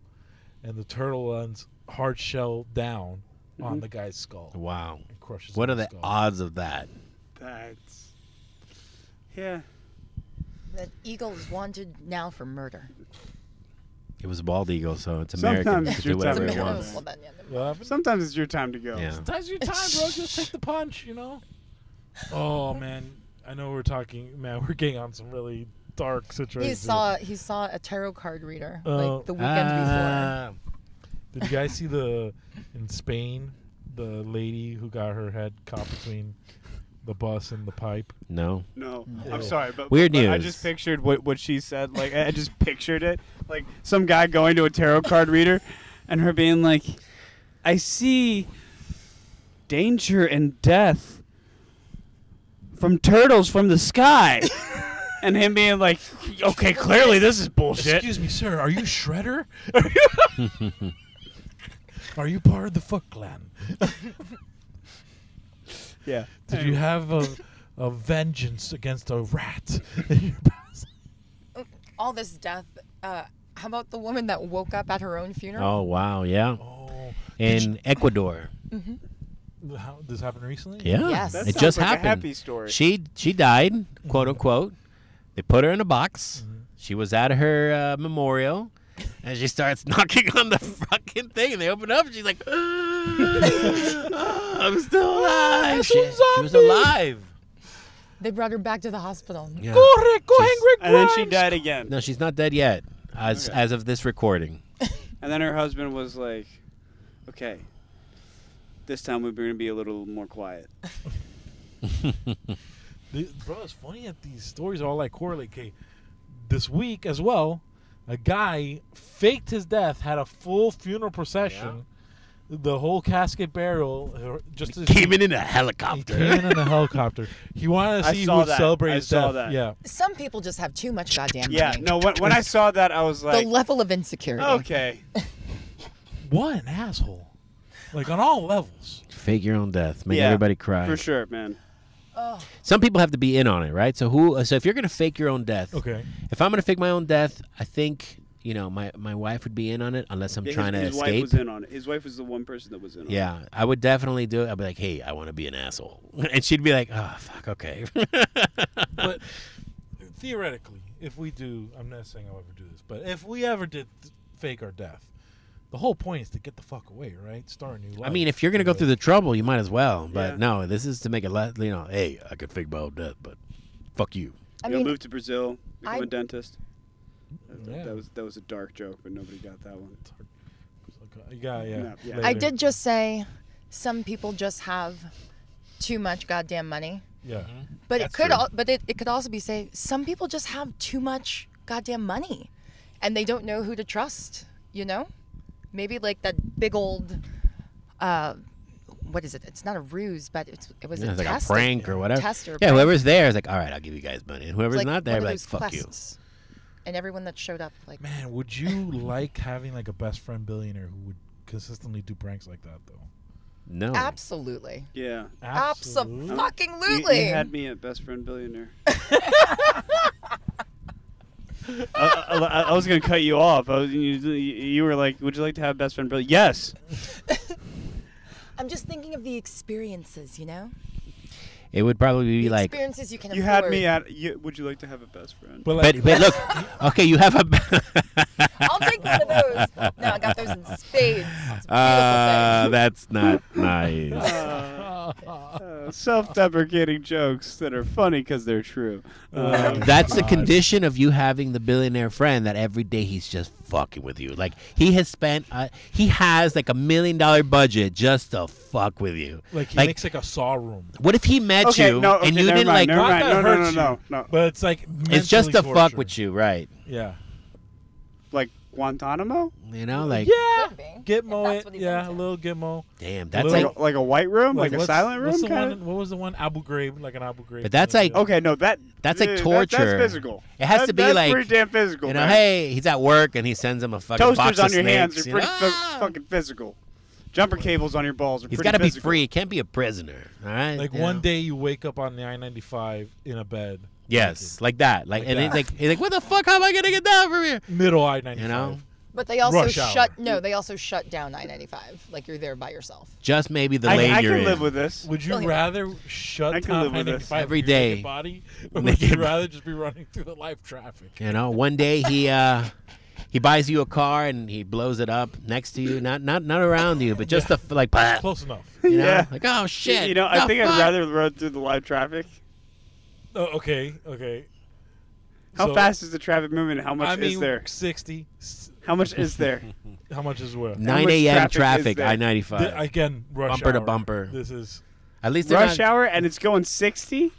Speaker 1: and the turtle lands hard shell down on the guy's skull
Speaker 5: Wow.
Speaker 1: and crushes.
Speaker 5: What are
Speaker 1: his
Speaker 5: the
Speaker 1: skull.
Speaker 5: odds of that?
Speaker 2: That's. Yeah.
Speaker 3: The eagle is wanted now for murder.
Speaker 5: It was a bald eagle, so it's American.
Speaker 2: Sometimes
Speaker 5: It could
Speaker 2: you're
Speaker 5: do whatever
Speaker 2: telling
Speaker 5: it
Speaker 2: me.
Speaker 5: wants.
Speaker 3: Well, then, yeah, never-
Speaker 1: What happened?
Speaker 2: Sometimes it's your time to go.
Speaker 5: Yeah.
Speaker 1: That's your time, bro. Just take the punch, you know. Oh man, I know we're talking. Man, we're getting on some really dark situations.
Speaker 3: He saw he saw a tarot card reader
Speaker 1: Oh.
Speaker 3: like the weekend before.
Speaker 5: Ah,
Speaker 1: Did you guys see the in Spain the lady who got her head caught between the bus and the pipe?
Speaker 5: no.
Speaker 2: No,
Speaker 1: Yeah.
Speaker 2: I'm sorry, but
Speaker 5: Weird
Speaker 2: but I
Speaker 5: news.
Speaker 2: just pictured what what she said. Like I I just pictured it, like some guy going to a tarot card reader, and her being like, "I see danger and death from turtles from the sky," and him being like, "Okay, clearly this is bullshit."
Speaker 1: Excuse me, sir. Are you Shredder? are you part of the Foot Clan?
Speaker 2: Yeah.
Speaker 1: Did you have a, a vengeance against a rat?
Speaker 3: All this death. Uh, how about the woman that woke up at her own funeral?
Speaker 5: Oh wow, yeah.
Speaker 1: oh,
Speaker 5: In Ecuador.
Speaker 1: how, this happened recently.
Speaker 5: Yeah.
Speaker 3: Yes. That
Speaker 5: It
Speaker 2: sounds
Speaker 5: just
Speaker 2: like a
Speaker 5: happened.
Speaker 2: happy story.
Speaker 5: She she died, quote unquote. They put her in a box. She was at her uh, memorial, and she starts knocking on the fucking thing. And they open up. And she's like, "Ah, "I'm still alive." She, she was alive.
Speaker 3: They brought her back to the hospital.
Speaker 5: Yeah.
Speaker 2: and then she died again.
Speaker 5: No, she's not dead yet. As as of this recording.
Speaker 2: And then her husband was like, "Okay, this time we're going to be a little more quiet."
Speaker 1: The, bro, it's funny that these stories all like correlate. Okay, this week as well, a guy faked his death, had a full funeral procession, the whole casket burial, uh, just as
Speaker 5: Came in in a
Speaker 1: he
Speaker 5: helicopter.
Speaker 1: came in in a helicopter. He wanted to
Speaker 2: I
Speaker 1: see who
Speaker 2: saw
Speaker 1: would
Speaker 2: that.
Speaker 1: celebrate
Speaker 2: I
Speaker 1: his
Speaker 2: saw
Speaker 1: death.
Speaker 2: that.
Speaker 1: Yeah,
Speaker 3: Some people just have too much goddamn
Speaker 2: Yeah.
Speaker 3: money.
Speaker 2: No, when, when I saw that, I was
Speaker 3: the
Speaker 2: like,
Speaker 3: level of insecurity.
Speaker 2: "Okay."
Speaker 1: what an asshole! Like on all levels.
Speaker 5: Fake your own death. Make
Speaker 2: Yeah,
Speaker 5: everybody cry.
Speaker 2: For sure, man.
Speaker 5: Some people have to be in on it, right? So who? So if you're gonna fake your own death,
Speaker 1: Okay.
Speaker 5: If I'm gonna fake my own death, I think you know my my wife would be in on it unless I'm
Speaker 2: Yeah, his-
Speaker 5: trying to
Speaker 2: his, wife
Speaker 5: escape.
Speaker 2: was in on it. His wife was the one person that was in on it.
Speaker 5: yeah, I would definitely do it. I'd be like, "Hey, I want to be an asshole," and she'd be like, "Oh, fuck, okay."
Speaker 1: but theoretically, if we do, I'm not saying I'll ever do this, but if we ever did th- fake our death, the whole point is to get the fuck away, right? Start a new life.
Speaker 5: I mean, if you're gonna go through the trouble, you might as well. But
Speaker 2: Yeah.
Speaker 5: no, this is to make it less. You know, hey, I could fake my own death, but fuck you.
Speaker 3: I
Speaker 2: You know,
Speaker 3: mean,
Speaker 2: moved to Brazil, become
Speaker 3: I-
Speaker 2: a dentist. That-
Speaker 1: Yeah.
Speaker 2: That was that was a dark joke, but nobody got that one.
Speaker 1: Okay, uh, yeah, yeah.
Speaker 2: No, yeah.
Speaker 3: I
Speaker 1: later.
Speaker 3: did just say some people just have too much goddamn money.
Speaker 1: Yeah.
Speaker 3: But
Speaker 5: That's
Speaker 3: it could
Speaker 5: true.
Speaker 3: al- but it, it could also be say some people just have too much goddamn money and they don't know who to trust, you know? Maybe like that big old uh what is it? It's not a ruse, but it's, it was a
Speaker 5: Yeah, it's like
Speaker 3: test.
Speaker 5: a prank or whatever.
Speaker 3: Test or
Speaker 5: yeah,
Speaker 3: prank.
Speaker 5: whoever's there is like, "All right, I'll give you guys money," and
Speaker 3: It's
Speaker 5: whoever's
Speaker 3: like
Speaker 5: not there,
Speaker 3: one of
Speaker 5: like,
Speaker 3: those
Speaker 5: "Fuck you."
Speaker 3: quests. And everyone that showed up like
Speaker 1: Man, would you like having like a best friend billionaire who would consistently do pranks like that though?
Speaker 5: No,
Speaker 3: absolutely.
Speaker 2: Yeah.
Speaker 1: Absolute-
Speaker 2: You, you
Speaker 3: Absolutely.
Speaker 2: had me at best friend billionaire. I, I- I- I was gonna cut you off. I was, you, you- you were like, "Would you like to have best friend billionaire?" Yes.
Speaker 3: I'm just thinking of the experiences, you know?
Speaker 5: it would probably be
Speaker 3: The
Speaker 5: like
Speaker 3: experiences you can
Speaker 2: You
Speaker 3: afford.
Speaker 2: had me at. You, would you like to have a best friend?
Speaker 1: But like,
Speaker 5: But but look, okay, you have a.
Speaker 3: I'll
Speaker 12: I'll take one of those. No, I got those in spades. It's a
Speaker 5: Uh, that's not nice.
Speaker 1: Oh.
Speaker 2: Uh, self-deprecating jokes that are funny because they're true. Uh,
Speaker 5: That's the condition of you having the billionaire friend that every day he's just fucking with you. Like he has spent, uh, he has like a million dollar budget just to fuck with you.
Speaker 1: Like he makes like a saw room.
Speaker 5: what if he met
Speaker 1: Okay,
Speaker 5: you
Speaker 1: no, okay,
Speaker 5: and you
Speaker 1: never
Speaker 5: didn't
Speaker 1: mind,
Speaker 5: like?
Speaker 1: never mind. No, no, no, no, no. But it's, like,
Speaker 5: it's just to
Speaker 1: mentally
Speaker 5: fuck
Speaker 1: torture.
Speaker 5: with you, right?
Speaker 13: Yeah.
Speaker 2: Like Guantanamo?
Speaker 5: You know, like
Speaker 1: yeah, Gitmo. It, yeah, a little Gitmo.
Speaker 5: Damn,
Speaker 2: that's Like like- a- like a white room? Like a
Speaker 1: what's-
Speaker 2: silent
Speaker 1: what's
Speaker 2: room
Speaker 1: the one-
Speaker 2: kinda?
Speaker 1: What was the one Abu Ghraib? Like an Abu Ghraib.
Speaker 5: But that's
Speaker 1: kinda
Speaker 5: like
Speaker 1: deal.
Speaker 2: okay, no, that
Speaker 5: that's
Speaker 1: Yeah,
Speaker 5: like
Speaker 1: that-
Speaker 5: torture.
Speaker 1: that's physical.
Speaker 5: It has
Speaker 1: That-
Speaker 5: to be
Speaker 1: that's
Speaker 5: like
Speaker 1: pretty damn physical,
Speaker 5: You know,
Speaker 1: man.
Speaker 5: hey, he's at work and he sends him a fucking box
Speaker 2: Toasters
Speaker 5: of
Speaker 2: on your
Speaker 5: snakes,
Speaker 2: hands are
Speaker 5: you
Speaker 2: pretty
Speaker 5: know?
Speaker 2: fu- fucking physical. Jumper cables on your balls are
Speaker 5: He's
Speaker 2: pretty
Speaker 5: got to be
Speaker 2: physical.
Speaker 5: free. He can't be a prisoner. All right.
Speaker 1: Like
Speaker 5: You
Speaker 1: one
Speaker 5: know?
Speaker 1: day you wake up on the I-95 in a bed.
Speaker 5: Yes, like that. Like,
Speaker 1: Like
Speaker 5: and he's
Speaker 1: that.
Speaker 5: like, he's like, what the fuck? How am I gonna get down from here?
Speaker 1: Middle I-95.
Speaker 5: You know,
Speaker 3: But they also
Speaker 5: Rush hour.
Speaker 3: shut no, they also shut down I-95. Like you're there by yourself.
Speaker 5: just maybe the
Speaker 1: I-
Speaker 5: lane
Speaker 1: I
Speaker 5: you're
Speaker 1: can
Speaker 5: in.
Speaker 1: live
Speaker 2: with this.
Speaker 1: Would you
Speaker 3: Billion.
Speaker 1: rather shut
Speaker 2: I can
Speaker 1: down
Speaker 2: live with this.
Speaker 1: I-95
Speaker 5: Every
Speaker 1: with your naked
Speaker 5: day.
Speaker 1: body, or would you
Speaker 5: Naked-
Speaker 1: rather just be running through the live traffic?
Speaker 5: You know, one day he uh he buys you a car and he blows it up next to you, not not not around you, but just the like bah.
Speaker 1: Close enough.
Speaker 5: You know?
Speaker 2: Yeah.
Speaker 5: Like oh shit.
Speaker 2: You know, I
Speaker 5: the
Speaker 2: think
Speaker 5: fuck?
Speaker 2: I'd rather run through the live traffic.
Speaker 1: Oh, okay, okay.
Speaker 2: How
Speaker 1: So-
Speaker 2: fast is the traffic moving? How much
Speaker 1: I
Speaker 2: is
Speaker 1: mean,
Speaker 2: there?
Speaker 1: Sixty.
Speaker 2: How much is there?
Speaker 1: How much is where?
Speaker 5: 9 a.m. traffic, I ninety
Speaker 1: Th-
Speaker 5: five.
Speaker 1: again, rush
Speaker 5: bumper to
Speaker 1: hour.
Speaker 5: bumper.
Speaker 1: This is
Speaker 5: At least they're
Speaker 2: Rush
Speaker 5: not,
Speaker 2: hour and it's going 60?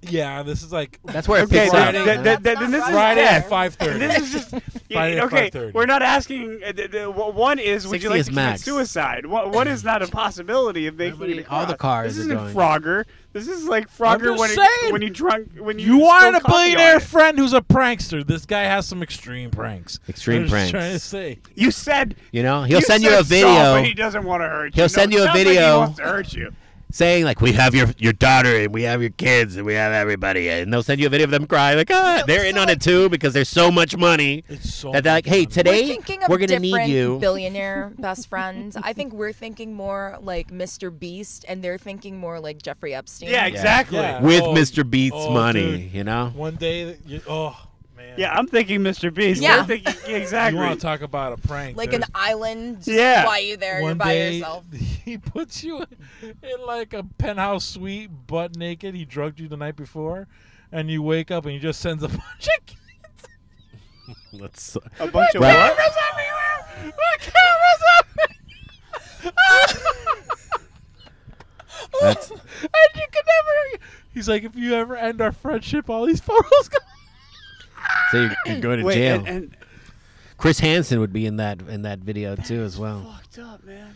Speaker 1: yeah. This is like
Speaker 5: That's where it
Speaker 2: Okay,
Speaker 5: picks
Speaker 2: then,
Speaker 5: up.
Speaker 2: then-
Speaker 5: you
Speaker 2: then-
Speaker 5: know?
Speaker 2: then- then this is
Speaker 1: Friday
Speaker 2: dead.
Speaker 1: at 5:30.
Speaker 2: This is just
Speaker 1: Friday at
Speaker 2: okay.
Speaker 1: 5:30.
Speaker 2: We're not asking. uh, th- th- One is would you
Speaker 5: 60
Speaker 2: like
Speaker 5: is
Speaker 2: to commit
Speaker 5: max.
Speaker 2: suicide? One one is not a possibility of making it across.
Speaker 5: all the cars
Speaker 2: This
Speaker 5: are
Speaker 2: isn't
Speaker 5: going.
Speaker 2: Frogger. This is like Frogger
Speaker 1: just
Speaker 2: when
Speaker 1: saying.
Speaker 2: it, when you drunk when you
Speaker 1: You aren't
Speaker 2: spill
Speaker 1: a
Speaker 2: coffee on
Speaker 1: billionaire
Speaker 2: it.
Speaker 1: friend who's a prankster. This guy has some extreme pranks. I'm
Speaker 5: Extreme
Speaker 1: just
Speaker 5: pranks.
Speaker 1: Trying to say.
Speaker 2: You said
Speaker 5: You know, he'll
Speaker 2: you
Speaker 5: send you
Speaker 2: said
Speaker 5: a video.
Speaker 2: Saul, but he doesn't want to hurt you.
Speaker 5: He'll
Speaker 2: No,
Speaker 5: send you
Speaker 2: it
Speaker 5: a
Speaker 2: sounds like he
Speaker 5: video.
Speaker 2: wants to hurt you.
Speaker 5: saying like we have your your daughter and we have your kids and we have everybody and they'll send you a video of them crying like ah they're in on it too because there's so much money
Speaker 1: It's so.
Speaker 5: that they're like hey
Speaker 3: we're
Speaker 5: today
Speaker 3: thinking of
Speaker 5: we're gonna
Speaker 3: different
Speaker 5: need you
Speaker 3: billionaire best friends. I think we're thinking more like Mr. Beast, and they're thinking more like Jeffrey Epstein.
Speaker 2: Yeah, exactly.
Speaker 1: Yeah.
Speaker 5: with
Speaker 1: Oh,
Speaker 5: Mr. Beats
Speaker 1: oh,
Speaker 5: money
Speaker 1: dude.
Speaker 5: you know
Speaker 1: One day, that you, oh man.
Speaker 2: Yeah, I'm thinking Mr. Beast.
Speaker 3: Yeah.
Speaker 2: We're thinking, yeah, exactly.
Speaker 1: You want to talk about a prank?
Speaker 3: Like
Speaker 1: there's
Speaker 3: an island. Just
Speaker 2: Yeah.
Speaker 3: Why you there? You're
Speaker 1: one
Speaker 3: by
Speaker 1: day,
Speaker 3: yourself.
Speaker 1: He puts you in, in like a penthouse suite, butt naked. He drugged you the night before, and you wake up and he just sends a bunch of kids.
Speaker 5: let's uh,
Speaker 2: a bunch of
Speaker 5: Well-
Speaker 2: what?
Speaker 1: everywhere. The cameras up.
Speaker 5: That's-
Speaker 1: and you can never. He's like, if you ever end our friendship, all these photos. Go.
Speaker 5: so you're, you're going to
Speaker 2: Wait,
Speaker 5: jail
Speaker 2: and, and
Speaker 5: Chris Hansen would be in that in that video too as well
Speaker 2: fucked up, man.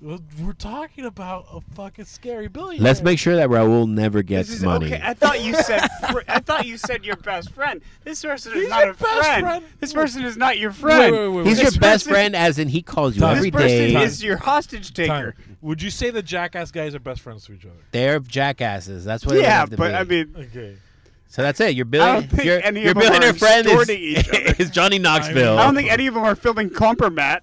Speaker 1: Well, We're talking about a fucking scary billionaire.
Speaker 5: let's make sure that Raul never gets
Speaker 2: this is,
Speaker 5: money
Speaker 2: Okay, I thought you said fr- I thought you said your best friend. This person is
Speaker 1: He's
Speaker 2: not
Speaker 1: your
Speaker 2: a
Speaker 1: best
Speaker 2: friend.
Speaker 1: friend.
Speaker 2: This person is not your friend.
Speaker 1: Wait, wait, wait,
Speaker 5: he's
Speaker 1: wait.
Speaker 5: your
Speaker 2: This
Speaker 5: best
Speaker 2: person-
Speaker 5: friend as in he calls you
Speaker 1: This
Speaker 5: every
Speaker 2: This person
Speaker 5: day
Speaker 2: is your hostage taker.
Speaker 1: Tyler, Would you say the jackass guys are best friends to each other?
Speaker 5: they're jackasses that's what it would
Speaker 2: Yeah,
Speaker 5: have to
Speaker 2: but
Speaker 5: be.
Speaker 2: I mean,
Speaker 1: Okay.
Speaker 5: so that's it your
Speaker 2: I
Speaker 5: billion
Speaker 2: don't think
Speaker 5: your,
Speaker 2: any of
Speaker 5: your
Speaker 2: them are
Speaker 5: billionaire friend is,
Speaker 2: extorting each other.
Speaker 5: is Johnny Knoxville
Speaker 2: I don't think any of them are filming Compromat.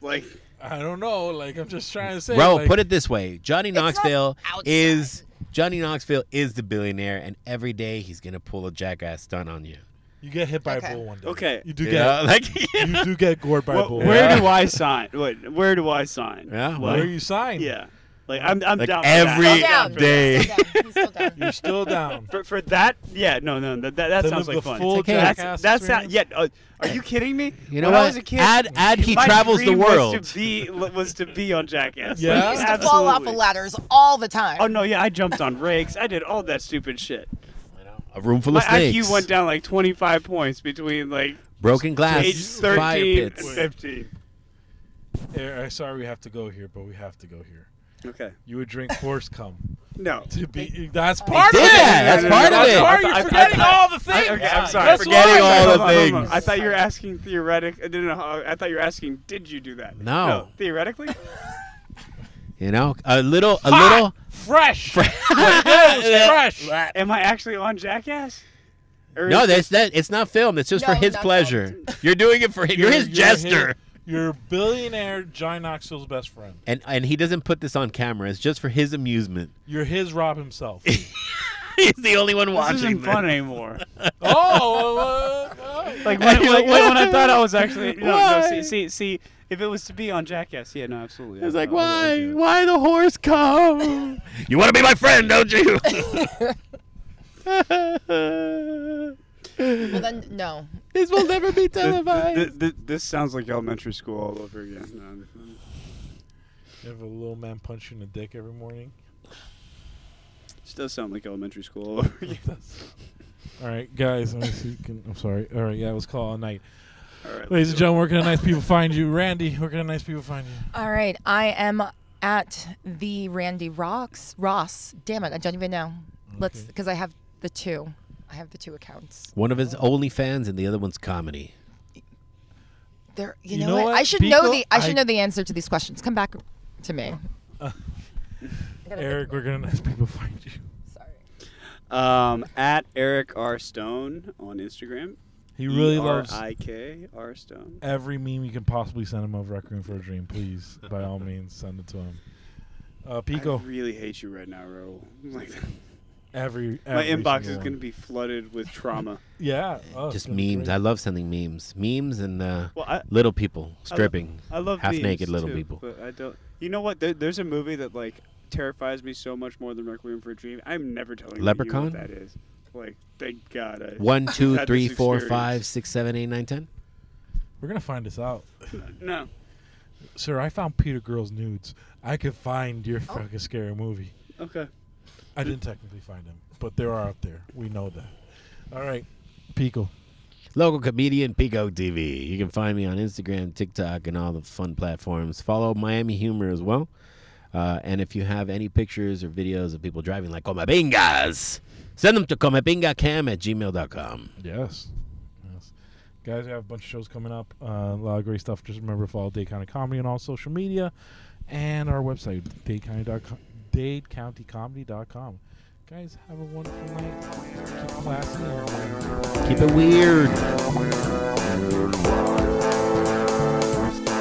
Speaker 2: Like,
Speaker 1: I don't know. Like I'm just trying to say.
Speaker 5: Bro,
Speaker 1: like,
Speaker 5: put it this way: Johnny
Speaker 3: not
Speaker 5: Knoxville
Speaker 3: outside.
Speaker 5: is Johnny Knoxville is the billionaire, and every day he's gonna pull a jackass stunt on you.
Speaker 1: You get hit by
Speaker 3: Okay.
Speaker 1: a bull one day.
Speaker 2: Okay.
Speaker 1: You do
Speaker 5: You
Speaker 1: get.
Speaker 5: know? like,
Speaker 1: You do get gored by a
Speaker 2: well,
Speaker 1: bull.
Speaker 2: where do I sign? Wait, where do I sign?
Speaker 5: yeah,
Speaker 1: Where are
Speaker 5: well,
Speaker 1: you signed?
Speaker 2: Yeah, like I'm, I'm
Speaker 5: Like
Speaker 2: down
Speaker 5: every-
Speaker 2: for
Speaker 3: Still
Speaker 2: that.
Speaker 3: down.
Speaker 5: day.
Speaker 3: Still down. He's still down.
Speaker 1: You're still down.
Speaker 2: For, for that, yeah, no, no, that that, that
Speaker 1: To
Speaker 2: sounds
Speaker 1: live
Speaker 2: like
Speaker 1: the
Speaker 2: fun.
Speaker 1: full
Speaker 5: Okay.
Speaker 2: That's
Speaker 1: Jackass
Speaker 2: that's not. Yeah,
Speaker 1: experience?
Speaker 2: uh, are you kidding me?
Speaker 5: you know
Speaker 2: when I
Speaker 5: what?
Speaker 2: was a kid,
Speaker 5: add add he
Speaker 2: my
Speaker 5: travels the
Speaker 2: dream
Speaker 5: world.
Speaker 2: Was to be was to be on Jackass.
Speaker 1: Yeah?
Speaker 2: Like,
Speaker 1: He used
Speaker 3: Used to fall off of
Speaker 2: absolutely.
Speaker 3: ladders all the time.
Speaker 2: Oh no, yeah, I jumped on rakes. I did all that stupid shit.
Speaker 5: A room full
Speaker 2: My
Speaker 5: of snakes.
Speaker 2: IQ went down like 25 points between like
Speaker 5: Broken glass.
Speaker 2: age
Speaker 5: Fire
Speaker 2: 13 and
Speaker 5: pits.
Speaker 2: 15.
Speaker 1: Eh, I'm sorry we have to go here, but we have to go here.
Speaker 2: Okay.
Speaker 1: You would drink horse cum.
Speaker 2: No.
Speaker 1: To be, that's part
Speaker 5: did
Speaker 1: of it.
Speaker 5: that. That's
Speaker 1: No, no, no, that's part-
Speaker 5: part of it.
Speaker 1: You're
Speaker 2: I- I-
Speaker 1: forgetting
Speaker 2: I-
Speaker 1: all the things.
Speaker 2: I, okay, I'm sorry.
Speaker 1: That's
Speaker 5: Forgetting
Speaker 1: right.
Speaker 5: all the
Speaker 2: Hold on, hold on.
Speaker 5: things.
Speaker 2: I thought you were asking theoretic. uh, I didn't know. How, I thought you were asking. Did you do that?
Speaker 5: No.
Speaker 2: theoretically.
Speaker 5: You know, a little, a
Speaker 1: Hot,
Speaker 5: little.
Speaker 1: fresh. That was fresh.
Speaker 2: Am I actually on Jackass? Or
Speaker 5: No,
Speaker 2: is
Speaker 5: that's that. It's not filmed. It's just
Speaker 3: No,
Speaker 5: for his
Speaker 3: not
Speaker 5: pleasure. You're doing it for him. You're, his jester.
Speaker 1: You're billionaire John Knoxville's best friend.
Speaker 5: And and he doesn't put this on camera. It's just for his amusement.
Speaker 1: You're his Rob himself.
Speaker 5: He's the only one
Speaker 2: this
Speaker 5: watching.
Speaker 2: isn't
Speaker 5: this.
Speaker 2: fun anymore.
Speaker 1: oh, uh, uh,
Speaker 2: Like when,
Speaker 5: You're
Speaker 2: when,
Speaker 5: like,
Speaker 2: when I thought I was actually no, no
Speaker 5: Why?
Speaker 2: see, see see if it was to be on Jackass, yeah, no, absolutely.
Speaker 5: It's
Speaker 2: I-
Speaker 5: like,
Speaker 2: I would- I would
Speaker 5: why?
Speaker 2: do it.
Speaker 5: Why the horse come? Oh, you want to be my friend, don't you?
Speaker 3: well then, no.
Speaker 5: this will never be
Speaker 2: Th- th-
Speaker 5: televised.
Speaker 2: th- th- this sounds like elementary school all over again. No, I'm- I'm-
Speaker 1: You have a little man punch you in the dick every morning.
Speaker 2: this does sound like elementary school all over again.
Speaker 1: All right, guys. Let me see. Can, I'm sorry. All right, yeah, let's call it a night.
Speaker 2: All right,
Speaker 1: Ladies and
Speaker 2: let's do it.
Speaker 1: gentlemen, where can the nice people find you? Randy, where can the nice people find you?
Speaker 3: All right, I am at the Randy Rocks Ross. Damn it, I don't even know. Let's because I have the two. I have the two accounts.
Speaker 5: One of his OnlyFans and the other one's comedy.
Speaker 3: There, you,
Speaker 1: You
Speaker 3: know,
Speaker 1: know
Speaker 3: what?
Speaker 1: what,
Speaker 3: I should know
Speaker 1: Pico?
Speaker 3: the. I should
Speaker 1: I-
Speaker 3: know the answer to these questions. Come back to me.
Speaker 1: Eric, where can the nice people find you?
Speaker 2: Um, at Eric R Stone on Instagram. E
Speaker 1: He
Speaker 5: E
Speaker 1: really loves-
Speaker 2: I K R Stone.
Speaker 1: Every meme you can possibly send him of Requiem for a Dream, please, by all means, send it to him. Uh, Pico,
Speaker 2: I really hate you right now, Raul. Like,
Speaker 1: every,
Speaker 2: my
Speaker 1: every
Speaker 2: inbox is
Speaker 1: single
Speaker 2: going to
Speaker 1: one.
Speaker 2: be flooded with trauma.
Speaker 1: Yeah. Oh, it's
Speaker 5: Just
Speaker 1: gonna be
Speaker 5: memes.
Speaker 1: great.
Speaker 5: I love sending memes. Memes and uh,
Speaker 2: Well, I-
Speaker 5: little people
Speaker 2: I lo-
Speaker 5: stripping.
Speaker 2: I love
Speaker 5: half naked
Speaker 2: memes,
Speaker 5: little
Speaker 2: too,
Speaker 5: people.
Speaker 2: But I don't. You know what? There, there's a movie that like terrifies me so much more than Requiem for a Dream. I'm never telling you
Speaker 5: Leprechaun?
Speaker 2: what that is. Like, thank God. I
Speaker 5: One, two,
Speaker 2: had this
Speaker 5: three, four,
Speaker 2: experience.
Speaker 5: five, six, seven, eight, nine, ten.
Speaker 1: We're going to find this out.
Speaker 2: No.
Speaker 1: Sir, I found Peter Girl's nudes. I could find your
Speaker 2: Oh.
Speaker 1: fucking scary movie.
Speaker 2: Okay.
Speaker 1: I didn't technically find them, but they are out there. We know that. All right, Pico.
Speaker 5: Local comedian Pico TV. You can find me on Instagram, TikTok, and all the fun platforms. Follow Miami Humor as well. Uh, and if you have any pictures or videos of people driving like Comapingas, send them to comapingacam at gmail.com.
Speaker 1: Yes. Yes. Guys, we have a bunch of shows coming up. Uh, a lot of great stuff. Just remember to follow Dade County Comedy on all social media and our website, dadecounty.com, dadecountycomedy.com. Guys, have a wonderful night. Keep classy.
Speaker 5: Keep it weird.
Speaker 14: Weird.